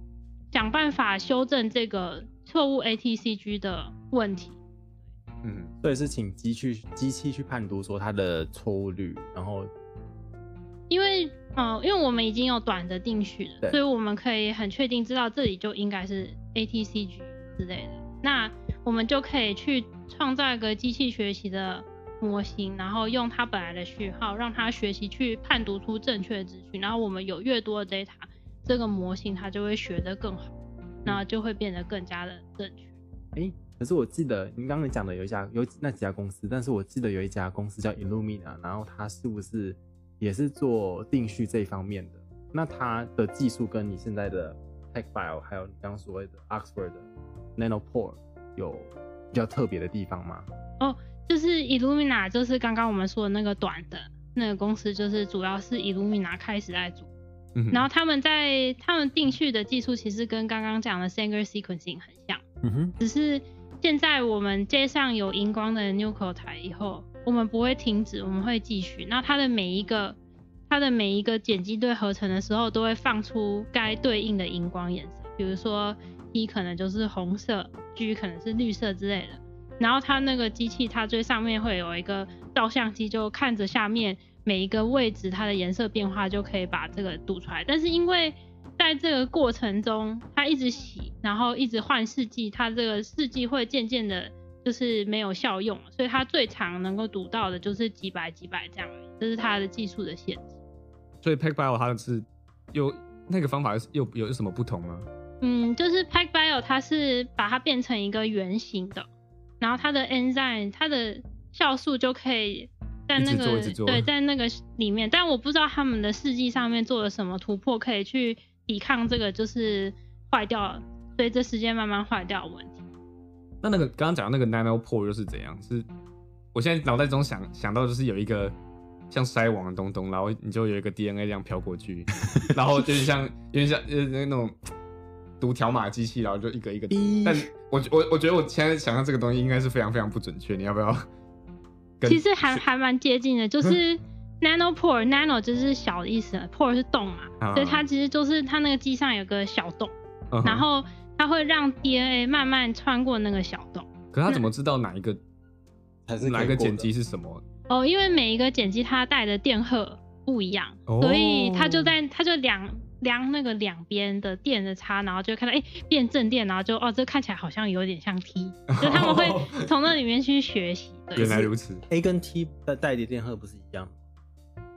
Speaker 3: 想办法修正这个错误 ATCG 的问题。
Speaker 1: 嗯，
Speaker 2: 所以是请机去机器去判读说它的错误率，然后
Speaker 3: 因为呃，因为我们已经有短的定序
Speaker 2: 对
Speaker 3: 了，所以我们可以很确定知道这里就应该是 ATCG 之类的。那我们就可以去创造一个机器学习的模型，然后用它本来的序号，让它学习去判读出正确的资讯。然后我们有越多的 data，这个模型它就会学得更好，那就会变得更加的正确。
Speaker 2: 哎、可是我记得您刚刚讲的有一家有那几家公司，但是我记得有一家公司叫 Illumina，然后它是不是也是做定序这一方面的？那它的技术跟你现在的 TechBio 还有你刚刚所谓的 Oxford 的 Nanopore 有比较特别的地方吗？
Speaker 3: 就是 Illumina，就是刚刚我们说的那个短的那个公司，就是主要是 Illumina 开始在做。
Speaker 1: 嗯哼
Speaker 3: 然后他们在他们定序的技术其实跟刚刚讲的 Sanger sequencing 很像，
Speaker 2: 嗯哼，
Speaker 3: 只是现在我们街上有荧光的 Nuco 台以后，我们不会停止，我们会继续。那它的每一个它的每一个碱基对合成的时候，都会放出该对应的荧光颜色，比如说 T 可能就是红色，G 可能是绿色之类的。然后它那个机器，它最上面会有一个照相机，就看着下面每一个位置它的颜色变化，就可以把这个读出来。但是因为在这个过程中，它一直洗，然后一直换试剂，它这个试剂会渐渐的，就是没有效用了，所以它最长能够读到的就是几百几百这样而已，这是它的技术的限制。
Speaker 1: 所以 Pack Bio 它是又那个方法又有有什么不同吗？
Speaker 3: 嗯，就是 PacBio 它是把它变成一个圆形的，然后它的 enzyme 它的酵素就可以在那
Speaker 1: 一直做
Speaker 3: 个
Speaker 1: 一直做
Speaker 3: 对在那个里面，但我不知道他们的试剂上面做了什么突破，可以去抵抗这个就是坏掉，随着时间慢慢坏掉的问题。
Speaker 1: 那那个刚刚讲的那个 Nano Pore 又是怎样？是我现在脑袋中想想到就是有一个像筛网的东东，然后你就有一个 DNA 这样飘过去， 然后就是像有点像呃那种读条码机器，然后就一个一个读。但我觉我我觉得我现在想象这个东西应该是非常非常不准确，你要不要跟？
Speaker 3: 其实还还蛮接近 的，就是 nano pore nano 就是小的意思，pore 是洞嘛，
Speaker 1: 啊
Speaker 3: 所以它其实就是它那个机上有个小洞，
Speaker 1: 嗯哼
Speaker 3: 然后它会让 DNA 慢慢穿过那个小洞。
Speaker 1: 可是他怎么知道哪一个
Speaker 2: 还是
Speaker 1: 哪一个碱基
Speaker 2: 辑？
Speaker 1: 是什么？
Speaker 3: 哦，因为每一个碱基它带的电荷不一样，
Speaker 1: 哦
Speaker 3: 所以它就在它就量量那个两边的电的差，然后就看到哎、变正电，然后就哦这看起来好像有点像 T，就 他们会从那里面去学习。对
Speaker 1: 哦原，来如此，
Speaker 2: A 跟 T 的带的电荷不是一样吗？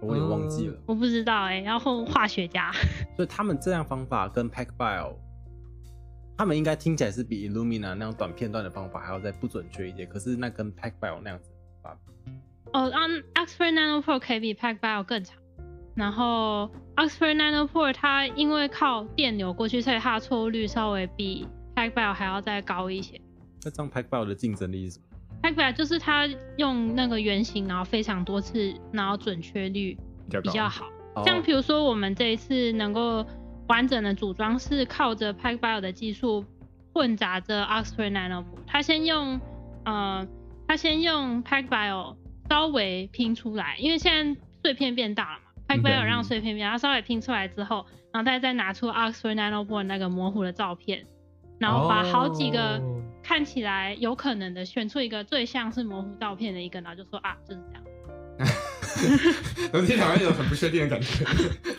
Speaker 2: 我也忘记
Speaker 1: 嗯
Speaker 2: 了。
Speaker 3: 我不知道哎、然后化学家
Speaker 2: 所以他们这样方法跟 PacBio，他们应该听起来是比 Illumina 那样短片段的方法还要再不准确一点。可是那跟 PacBio 那样子的方法
Speaker 3: 哦，啊 Oxford Nanopore 可以比 PacBio 更长。然后 Oxford Nanopore 它因为靠电流过去，所以它的错误率稍微比 PacBio 还要再高一些。
Speaker 2: 那这样 PacBio 的竞争力是什么？
Speaker 3: p a c b i 就是它用那个原型，然后非常多次，然后准确率
Speaker 1: 比较
Speaker 3: 比
Speaker 1: 高。
Speaker 3: 较好。
Speaker 2: 哦
Speaker 3: 像比如说我们这一次能够完整的组装，是靠着 p a c b i 的技术混杂着 Oxford Nanopore，它先用呃，它先用 p a c b i 稍微拼出来，因为现在碎片变大了嘛 p a c b i
Speaker 1: 嗯
Speaker 3: 让碎片变大，它稍微拼出来之后，然后再再拿出 Oxford Nanopore 那个模糊的照片，然后把好几个
Speaker 1: 哦
Speaker 3: 看起来有可能的选出一个最像是模糊照片的一个，然后就说啊就是这样。
Speaker 1: 我听起来好像有很不确定的感觉。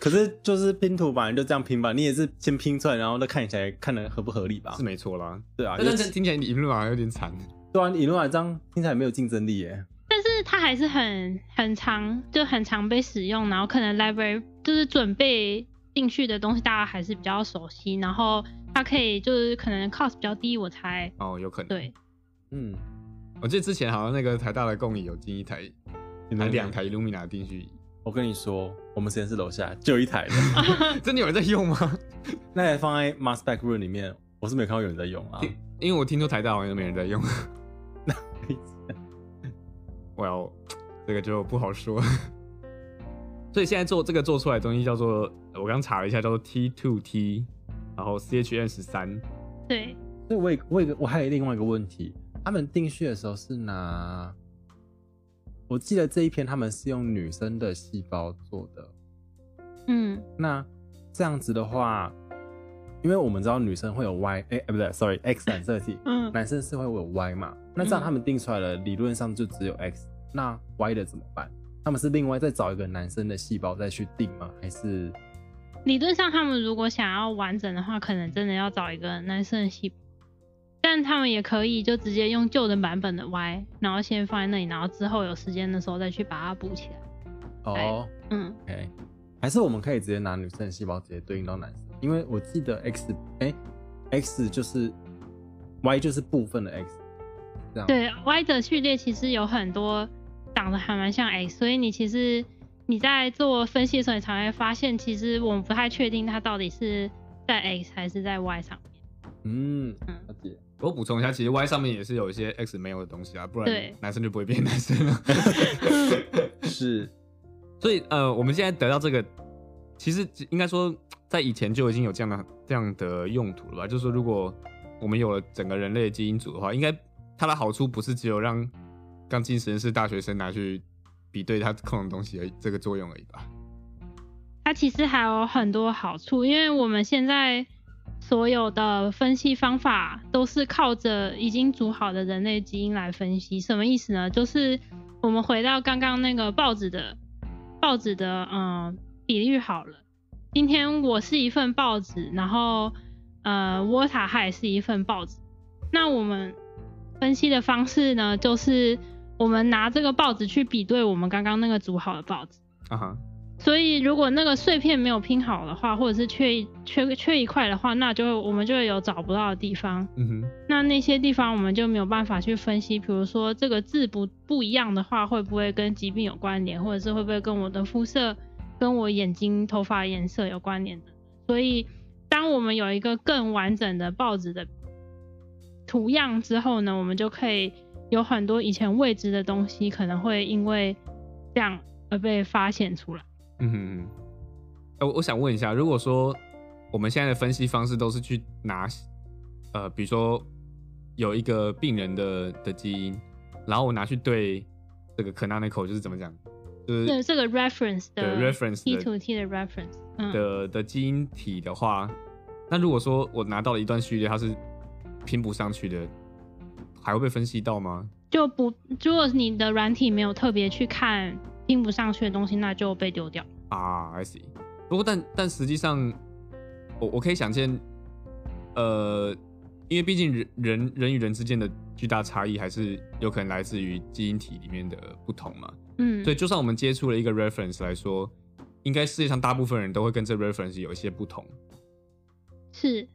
Speaker 2: 可是就是拼图本来就这样拼吧，你也是先拼出来，然后再看起来看的合不合理吧
Speaker 1: 是？没错啦，
Speaker 2: 对啊，
Speaker 1: 但
Speaker 2: 就是
Speaker 1: 是听起来你一路好像有点惨。
Speaker 2: 对啊，Illumina 这样听起来没有竞争力耶。
Speaker 3: 但是它还是很很常就很常被使用，然后可能 library 就是准备进去的东西，大家还是比较熟悉，然后它可以就是可能 cost 比较低，我猜
Speaker 1: 哦，有可能。
Speaker 3: 对，
Speaker 2: 嗯，
Speaker 1: 我记得之前好像那个台大的共椅有进一台，还两台 Illumina 的定序仪，
Speaker 2: 我跟你说，我们实验室楼下就有 一台的，
Speaker 1: 真的有人在用吗？
Speaker 2: 那台放在 Mass Spec Room 里面，我是没有看到有人在用啊。
Speaker 1: 因为我听说台大好像没人在用。well，这个就不好说。所以现在做这个做出来的东西叫做，我刚查了一下，叫做 T two T，然后 CHN 十三，
Speaker 3: 对，
Speaker 2: 所以我也我也我还有另外一个问题，他们定序的时候是拿，我记得这一篇他们是用女生的细胞做的，
Speaker 3: 嗯，
Speaker 2: 那这样子的话，因为我们知道女生会有 Y，哎、呃不对，sorry X 染色体，
Speaker 3: 嗯
Speaker 2: 男生是会有 Y 嘛，那这样他们定出来了，理论上就只有 X，那 Y 的怎么办？他们是另外再找一个男生的细胞再去定吗？还是
Speaker 3: 理论上他们如果想要完整的话，可能真的要找一个男生的细胞。但他们也可以就直接用旧的版本的 Y，然后先放在那里，然后之后有时间的时候再去把它补起来。
Speaker 2: 哦
Speaker 3: 嗯，
Speaker 2: ，OK，还是我们可以直接拿女生的细胞直接对应到男生，因为我记得 X 哎、x 就是 Y 就是部分的 X，这样
Speaker 3: 对，Y 的序列其实有很多长得还蛮像 X，所以你其实你在做分析的时候，你才会发现，其实我们不太确定它到底是在 X 还是在 Y 上面。
Speaker 2: 嗯，
Speaker 3: 嗯
Speaker 2: 了解。
Speaker 1: 我补充一下，其实 Y 上面也是有一些 X 没有的东西啊，不然
Speaker 3: 对
Speaker 1: 男生就不会变男生 了。
Speaker 2: 是，
Speaker 1: 所以呃，我们现在得到这个，其实应该说在以前就已经有这样的这样的用途了吧？就是说，如果我们有了整个人类基因组的话，应该它的好处不是只有让刚进实验室大学生拿去比对它控的东西而已，这个作用而已吧？
Speaker 3: 它其实还有很多好处，因为我们现在所有的分析方法都是靠着已经煮好的人类基因来分析。什么意思呢？就是我们回到刚刚那个报纸的报纸的嗯比率好了。今天我是一份报纸，然后呃沃塔它也是一份报纸。那我们分析的方式呢，就是我们拿这个报纸去比对我们刚刚那个煮好的报纸。
Speaker 1: 啊哈，
Speaker 3: 所以如果那个碎片没有拼好的话，或者是缺一缺缺一块的话，那就会我们就会有找不到的地方。
Speaker 1: 嗯哼，
Speaker 3: 那那些地方我们就没有办法去分析，比如说这个字不不一样的话，会不会跟疾病有关联，或者是会不会跟我的肤色、跟我眼睛、头发颜色有关联的。所以，当我们有一个更完整的报纸的图样之后呢，我们就可以有很多以前未知的东西，可能会因为这样而被发现出来。
Speaker 1: 嗯哼嗯。哎、我我想问一下，如果说我们现在的分析方式都是去拿，呃，比如说有一个病人的的基因，然后我拿去对这个 canonical，就是怎么讲，就是
Speaker 3: 对这个 reference 的
Speaker 1: 对 reference
Speaker 3: T
Speaker 1: 的
Speaker 3: to T 的 reference，嗯，
Speaker 1: 的的基因体的话，那如果说我拿到了一段序列，它是拼不上去的，还会被分析到吗？
Speaker 3: 就不如果你的软体没有特别去看拼不上去的东西，那就被丢掉。
Speaker 1: 啊，I see。不过但但实际上，我我可以想见，呃，因为毕竟人人人与人之间的巨大差异还是有可能来自于基因体里面的不同嘛。
Speaker 3: 嗯，
Speaker 1: 所以就算我们接触了一个 reference 来说，应该世界上大部分人都会跟这 reference 有一些不同。
Speaker 3: 是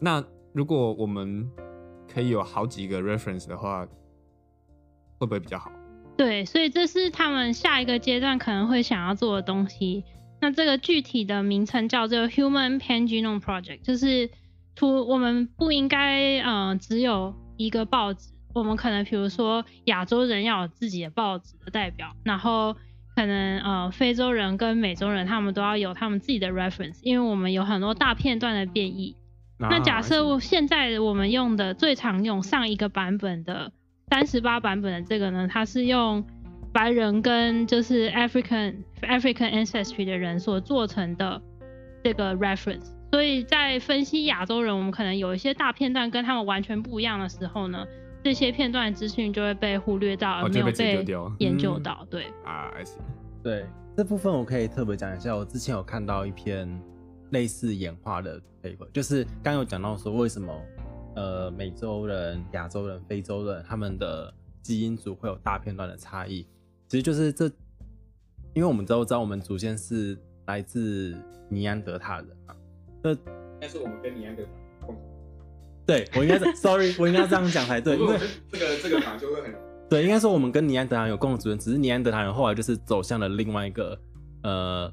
Speaker 1: 那如果我们可以有好几个 reference 的话，会不会比较好？
Speaker 3: 对，所以这是他们下一个阶段可能会想要做的东西。那这个具体的名称叫做 Human Pan Genome Project，就是除我们不应该呃只有一个报纸，我们可能比如说亚洲人要有自己的报纸的代表，然后可能呃非洲人跟美洲人他们都要有他们自己的 reference，因为我们有很多大片段的变异，
Speaker 1: 啊
Speaker 3: 那假设我现在我们用的最常用上一个版本的三十八版本的这个呢，它是用白人跟就是 African African ancestry 的人所做成的这个 reference，所以在分析亚洲人，我们可能有一些大片段跟他们完全不一样的时候呢，这些片段资讯就会被忽略到，而
Speaker 1: 哦
Speaker 3: 没
Speaker 1: 就
Speaker 3: 有
Speaker 1: 被自己丢
Speaker 3: 被
Speaker 1: 掉
Speaker 3: 研究
Speaker 2: 嗯
Speaker 3: 到。对，
Speaker 1: 啊，I see，
Speaker 2: 对这部分我可以特别讲一下。我之前有看到一篇类似演化的 paper，就是刚有讲到说为什么呃美洲人、亚洲人、非洲人他们的基因组会有大片段的差异，其实就是这，因为我们都知道我们祖先是来自尼安德塔人嘛。
Speaker 1: 但是我们跟尼安德塔，
Speaker 2: 对我应该是，sorry，我应该这样讲才 对，因为
Speaker 1: 这个这个法就会很
Speaker 2: 对，应该说我们跟尼安德塔人有共同祖先，只是尼安德塔人后来就是走向了另外一个呃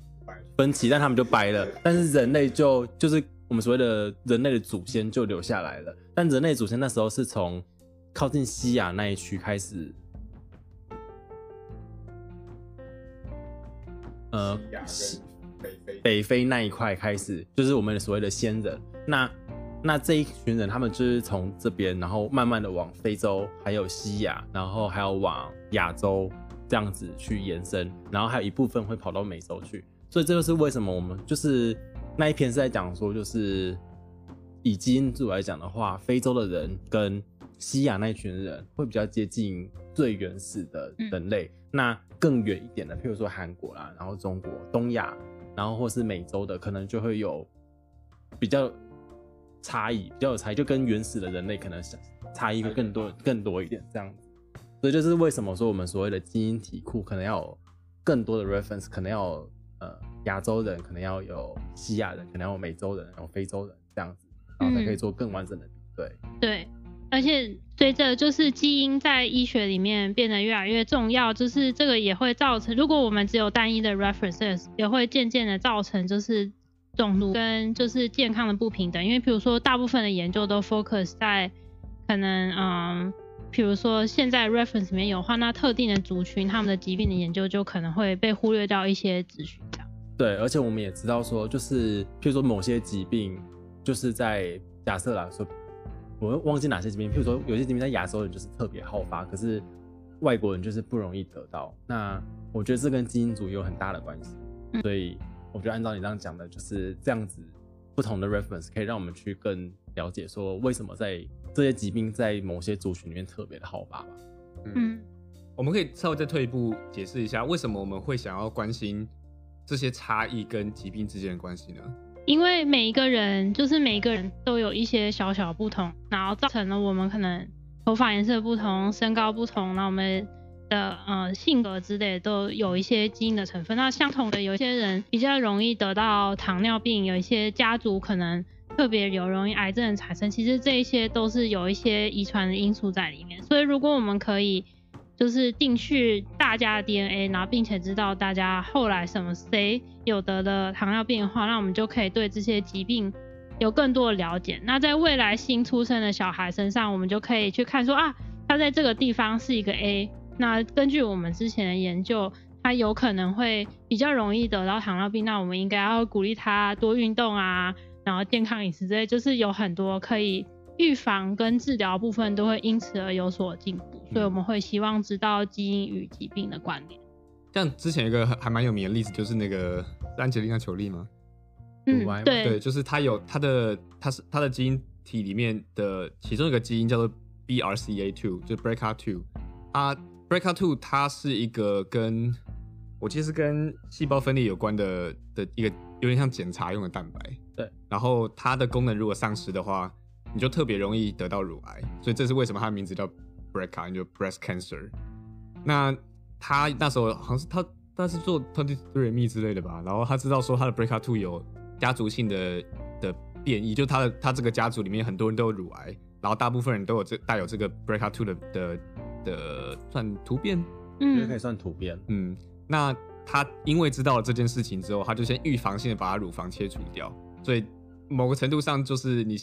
Speaker 2: 分歧，但他们就掰了。但是人类就就是我们所谓的人类的祖先就留下来了，但人类祖先那时候是从靠近西亚那一区开始，呃，西北非那一块开始，就是我们所谓的先人。那那这一群人，他们就是从这边，然后慢慢的往非洲，还有西亚，然后还有往亚洲这样子去延伸，然后还有一部分会跑到美洲去。所以这就是为什么我们就是那一篇是在讲说，就是以基因组来讲的话，非洲的人跟西亚那一群人会比较接近最原始的人类。那更远一点的，譬如说韩国啦，然后中国、东亚，然后或是美洲的，可能就会有比较差异，比较有差异，就跟原始的人类可能是差异会更多更多一点这样子。所以就是为什么说我们所谓的基因题库可能要有更多的 reference，可能要有呃亚洲人，可能要有西亚人，可能要有美洲人，有非洲人这样子，然后才可以做更完整的比对。
Speaker 3: 对，而且随着就是基因在医学里面变得越来越重要，就是这个也会造成，如果我们只有单一的 references，也会渐渐的造成就是种族跟就是健康的不平等。因为比如说大部分的研究都 focus 在可能嗯，比如说现在 reference 里面有的话，那特定的族群他们的疾病的研究就可能会被忽略掉一些资讯。这样
Speaker 2: 对，而且我们也知道说，就是譬如说某些疾病，就是在假设来说，我忘记哪些疾病，譬如说有些疾病在亚洲人就是特别好发，可是外国人就是不容易得到。那我觉得这跟基因组也有很大的关系，所以我觉得按照你这样讲的，就是这样子不同的 reference 可以让我们去更了解说为什么在这些疾病在某些族群里面特别的好发吧。
Speaker 3: 嗯，
Speaker 1: 我们可以稍微再退一步解释一下，为什么我们会想要关心这些差异跟疾病之间的关系呢？
Speaker 3: 因为每一个人就是每一个人都有一些小小不同，然后造成了我们可能头发颜色不同、身高不同，那我们的呃性格之类都有一些基因的成分。那相同的，有一些人比较容易得到糖尿病，有一些家族可能特别有容易癌症的产生。其实这一些都是有一些遗传的因素在里面。所以如果我们可以就是定序大家的 DNA，然后并且知道大家后来什么谁有得了糖尿病的话，那我们就可以对这些疾病有更多的了解。那在未来新出生的小孩身上，我们就可以去看说啊，他在这个地方是一个 A，那根据我们之前的研究，他有可能会比较容易得到糖尿病，那我们应该要鼓励他多运动啊，然后健康饮食之类，就是有很多可以预防跟治疗部分都会因此而有所进步，所
Speaker 2: 嗯
Speaker 3: 以我们会希望知道基因与疾病的关联。
Speaker 1: 像之前有一个还蛮有名的例子，就是那个安吉丽娜·裘丽吗？
Speaker 3: 嗯
Speaker 2: 有歪吗，
Speaker 1: 对，就是她有她的，她是她的基因体里面的其中一个基因叫做 BRCA2，就是 BRCA2。啊，BRCA2 它是一个跟我记得是跟细胞分裂有关的的一个有点像检查用的蛋白。
Speaker 2: 对，
Speaker 1: 然后它的功能如果丧失的话，你就特别容易得到乳癌，所以这是为什么它的名字叫 BRCA，就 breast cancer。那他那时候好像是他，他是做 twenty three me 之类的吧，然后他知道说他的 breakout two 有家族性的的变异，就他的他这个家族里面很多人都有乳癌，然后大部分人都有这带有这个 breakout two 的的的算突变，
Speaker 2: 我觉得可以
Speaker 3: 嗯
Speaker 2: 算突变。
Speaker 1: 嗯，那他因为知道了这件事情之后，他就先预防性的把他乳房切除掉，所以某个程度上就是你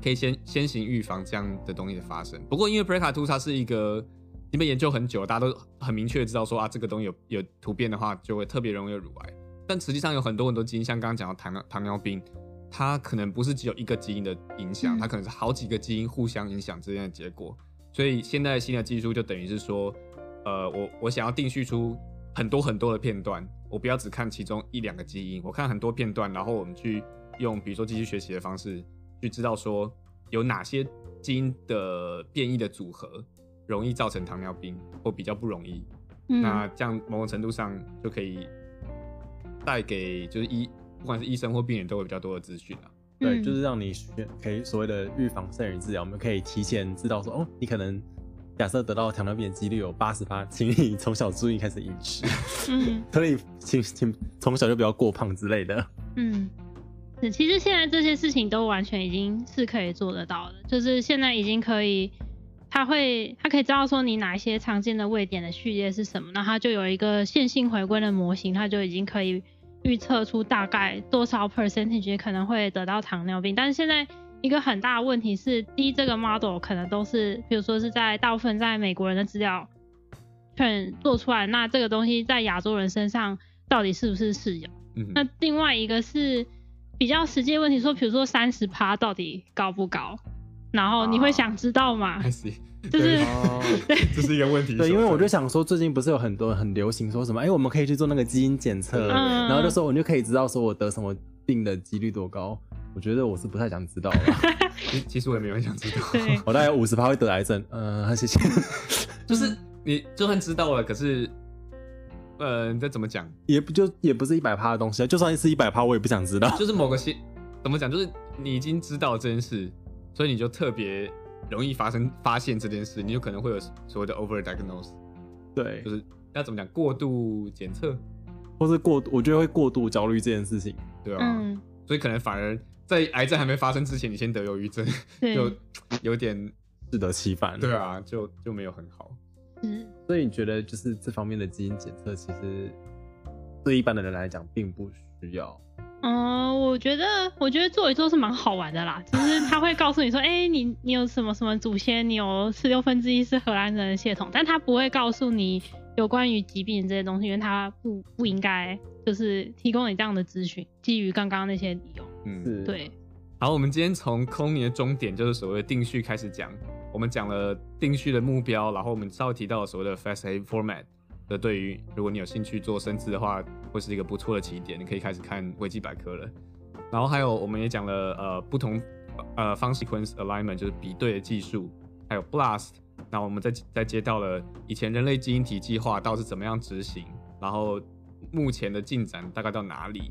Speaker 1: 可以先先行预防这样的东西的发生。不过因为 BRCA 2它是一个你们研究很久，大家都很明确地知道说啊，这个东西有有突变的话，就会特别容易有乳癌。但实际上有很多很多基因，像刚刚讲到糖尿糖尿病，它可能不是只有一个基因的影响，
Speaker 3: 嗯
Speaker 1: 它可能是好几个基因互相影响之间的结果。所以现在新的技术就等于是说，呃，我我想要定序出很多很多的片段，我不要只看其中一两个基因，我看很多片段，然后我们去用比如说机器学习的方式去知道说有哪些基因的变异的组合容易造成糖尿病，或比较不容易。那
Speaker 3: 嗯，
Speaker 1: 这样某种程度上就可以带给就是医不管是医生或病人都有比较多的资讯啊。
Speaker 2: 对，
Speaker 3: 嗯
Speaker 2: 就是让你学可以所谓的预防胜于治疗，我们可以提前知道说，哦，你可能假设得到糖尿病的几率有八十八，请你从小注意开始饮食，
Speaker 3: 嗯。
Speaker 2: 所以请请从小就不要过胖之 类的。
Speaker 3: 嗯，是其实现在这些事情都完全已经是可以做得到的，就是现在已经可以，他会他可以知道说你哪一些常见的位点的序列是什么，那他就有一个线性回归的模型，他就已经可以预测出大概多少 percentage 可能会得到糖尿病。但是现在一个很大的问题是，第一，这个 model 可能都是，比如说是在大部分在美国人的资料券做出来，那这个东西在亚洲人身上到底是不是适用？
Speaker 1: 嗯，
Speaker 3: 那另外一个是比较实际的问题，说比如说三十趴到底高不高？然后你会想知道吗？
Speaker 1: I see，
Speaker 3: 就是
Speaker 1: 对 这是一个问题。
Speaker 2: 哦对，因为我就
Speaker 1: 得
Speaker 2: 想说，最近不是有很多人很流行说什么，哎、我们可以去做那个基因检测，
Speaker 3: 嗯
Speaker 2: 然后就说我就可以知道说我得什么病的几率多高。我觉得我是不太想知道了，
Speaker 1: 其其实我也没有很想知道，
Speaker 3: 对
Speaker 2: 我大概五十趴会得癌症，嗯、呃，谢 谢。
Speaker 1: 就是
Speaker 3: 嗯
Speaker 1: 你就算知道了，可是呃，你再怎么讲，
Speaker 2: 也不就也不是一百趴的东西啊，就算是一百趴，我也不想知道。
Speaker 1: 就是某个些怎么讲，就是你已经知道这件事，所以你就特别容易发生发现这件事，你就可能会有所谓的 over diagnose，
Speaker 2: 对
Speaker 1: 就，是要怎么讲过度检测，
Speaker 2: 或是过，我觉得会过度焦虑这件事情，
Speaker 1: 对啊吧、
Speaker 3: 嗯，
Speaker 1: 所以可能反而在癌症还没发生之前，你先得忧郁症，
Speaker 3: 对，
Speaker 1: 就有点
Speaker 2: 适得其反。
Speaker 1: 对，啊，就就没有很好。
Speaker 3: 嗯
Speaker 2: 所以你觉得就是这方面的基因检测，其实对一般的人来讲并不需要。
Speaker 3: 哦，我觉得我觉得做一做是蛮好玩的啦，就是他会告诉你说，哎、 你你有什么什么祖先，你有四六分之一是荷兰人的血统，但他不会告诉你有关于疾病这些东西，因为他不不应该就是提供你这样的资讯，基于刚刚那些理由。
Speaker 1: 嗯，
Speaker 2: 是，
Speaker 3: 对，
Speaker 1: 好，我们今天从空尼的终点，就是所谓的定序开始讲。我们讲了定序的目标，然后我们稍微提到了所谓的 Fast A format。这对于如果你有兴趣做生字的话，会是一个不错的起点，你可以开始看维基百科了。然后还有我们也讲了呃不同呃方 sequence alignment 就是比对的技术，还有 blast。那我们再再接到了以前人类基因体计划到底是怎么样执行，然后目前的进展大概到哪里？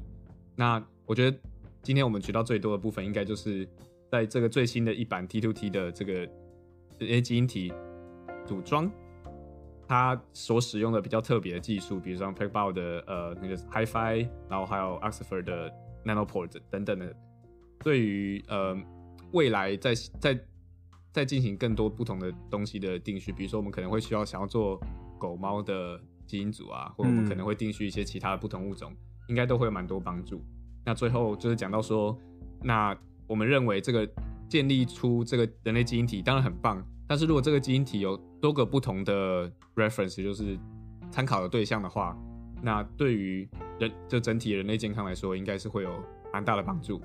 Speaker 1: 那我觉得今天我们学到最多的部分，应该就是在这个最新的一版 T2T 的这个这些基因体组装，它所使用的比较特别的技术，比如像 p e c b o w 的呃那个 HiFi，然后还有 Oxford 的 Nanoport 等等的，对于呃未来在在在进行更多不同的东西的定序，比如说我们可能会需要想要做狗猫的基因组啊，或者我们
Speaker 2: 嗯
Speaker 1: 可能会定序一些其他的不同物种，应该都会有蛮多帮助。那最后就是讲到说，那我们认为这个建立出这个人类基因体当然很棒，但是如果这个基因体有多个不同的 reference，就是参考的对象的话，那对于人就整体人类健康来说，应该是会有蛮大的帮助。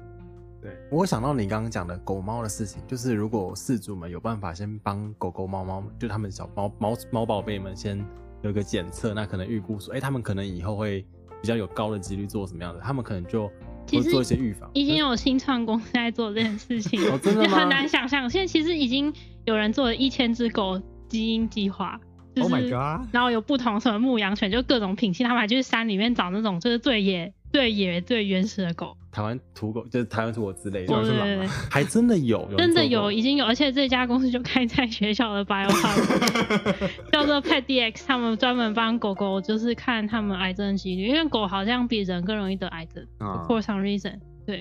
Speaker 2: 对，我想到你刚刚讲的狗猫的事情，就是如果饲主们有办法先帮狗狗、猫猫们，就他们小猫猫猫宝贝们先有一个检测，那可能预估说，哎、他们可能以后会比较有高的几率做什么样的，他们可能就
Speaker 3: 其
Speaker 2: 会
Speaker 3: 实
Speaker 2: 做一些预防。
Speaker 3: 已经
Speaker 2: 有，
Speaker 3: 有新创公司在做这件事情
Speaker 2: 哦真的
Speaker 3: 就
Speaker 2: 吗
Speaker 3: 很难想象。现在其实已经有人做了一千只狗基因计划，就是
Speaker 1: oh my god！
Speaker 3: 然后有不同什么牧羊犬，就各种品系，他们还去山里面找那种就是最野、最野、最原始的狗。
Speaker 2: 台湾土狗，就是台湾土狗之
Speaker 1: 对
Speaker 2: 类的
Speaker 1: 我，是
Speaker 3: 对
Speaker 1: 狼
Speaker 3: 对对，
Speaker 2: 还真的有，人
Speaker 3: 真的
Speaker 2: 做过
Speaker 3: 有，已经有，而且这家公司就开在学校 的 biopark，叫做 PetDx，他们专门帮狗狗就是看他们癌症的几率，因为狗好像比人更容易得癌症、
Speaker 2: 嗯
Speaker 1: 啊
Speaker 3: f o r some reason。对，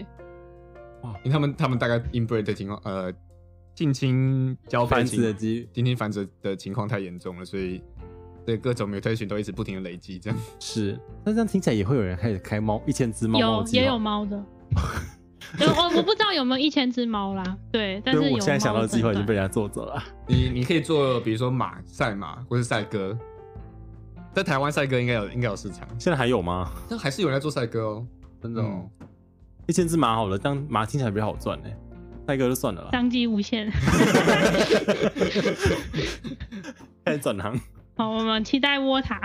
Speaker 1: 因为他们他们大概 inbreed 的情况，呃，近亲交配
Speaker 2: 繁
Speaker 1: 情
Speaker 2: 殖的几率
Speaker 1: 近亲繁殖的情况太严重了，所以对各种 mutation 都一直不停的累积，这样。
Speaker 2: 是，但这样听起来也会有人开始开猫一千只猫猫
Speaker 3: 有
Speaker 2: 的计划
Speaker 3: 也有猫的， 有我我不知道有没有一千只猫啦，对，但
Speaker 2: 所
Speaker 3: 是
Speaker 2: 以
Speaker 3: 有
Speaker 2: 我现在想到
Speaker 3: 猫
Speaker 2: 的
Speaker 3: 的
Speaker 2: 计划已经
Speaker 3: 诊断
Speaker 2: 被人家做走了。
Speaker 1: 你你可以做，比如说马赛马或是赛鸽，在台湾赛鸽应该有应该有市场，
Speaker 2: 现在还有吗？
Speaker 1: 但还是有人在做赛鸽哦。
Speaker 2: 真的、哦
Speaker 1: 嗯，
Speaker 2: 一千只马好了，当马听起来比较好赚呢。那个就算了啦，
Speaker 3: 商机无限。
Speaker 2: 开始转 行
Speaker 3: 好，我们期待窝塔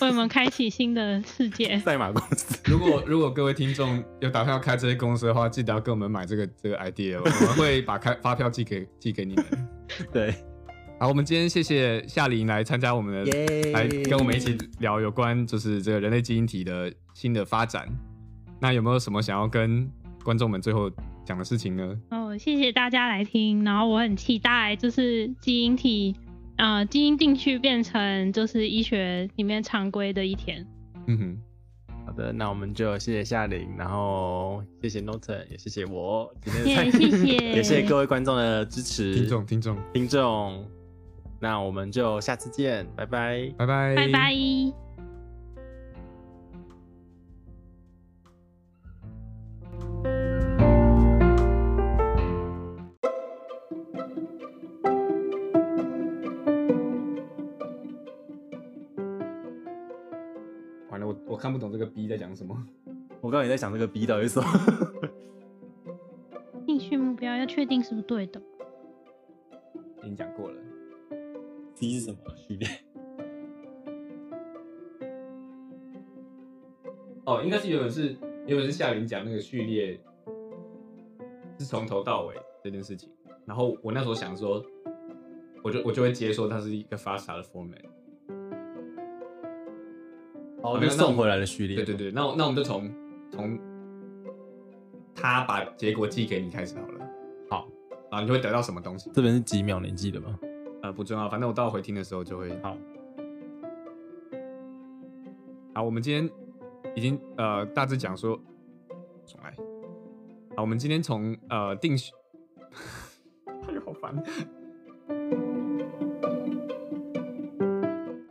Speaker 3: 为我们开启新的世界。
Speaker 2: 赛马公 司。
Speaker 1: 如果如果各位听众有打算要开这些公司的话，记得要跟我们买这个这个 idea，哦我们会把开发票寄给寄给你们。
Speaker 2: 对，
Speaker 1: 好，我们今天谢谢夏琳来参加我们的
Speaker 2: 耶
Speaker 1: 来跟我们一起聊有关就是这个人类基因体的新的发展。那有没有什么想要跟观众们最后讲的事情呢？
Speaker 3: 哦，谢谢大家来听，然后我很期待就是基因体，呃，基因定序变成就是医学里面常规的 一天。
Speaker 1: 嗯哼，
Speaker 2: 好的，那我们就谢谢夏琳，然后谢谢 Norton，也谢谢我今天的
Speaker 3: 耶，
Speaker 2: 参
Speaker 3: 谢
Speaker 2: 与，
Speaker 3: 谢，
Speaker 2: 也谢谢各位观众的支持，
Speaker 1: 听众听众，
Speaker 2: 听众。那我们就下次见，拜拜。
Speaker 1: 拜拜，
Speaker 3: 拜拜。
Speaker 1: 完了，我我看不懂这个 B 在讲什么。
Speaker 2: 我刚才也在想这个 B 到底是什么。
Speaker 3: 定序目标要确定是不是对的。
Speaker 1: 已经讲过了。
Speaker 2: C 是什么序列？
Speaker 1: 哦，应该是原本是原本是夏琳讲那个序列，是从头到尾这件事情。然后我那时候想说，我就我就会接受它是一个发傻的 format。
Speaker 2: 哦，
Speaker 1: 那那
Speaker 2: 就
Speaker 1: 我
Speaker 2: 送
Speaker 1: 们
Speaker 2: 回来的序列。
Speaker 1: 对对对，那我那我们就从从它他把结果寄给你开始好了。
Speaker 2: 好，
Speaker 1: 然后你就会得到什么东西？
Speaker 2: 这本是几秒你记得吗？
Speaker 1: 呃，不重要，反正我到回听的时候就会。
Speaker 2: 好，
Speaker 1: 好，我们今天已经呃大致讲说，重 来。好，我们今天从呃定序，哎呦好烦，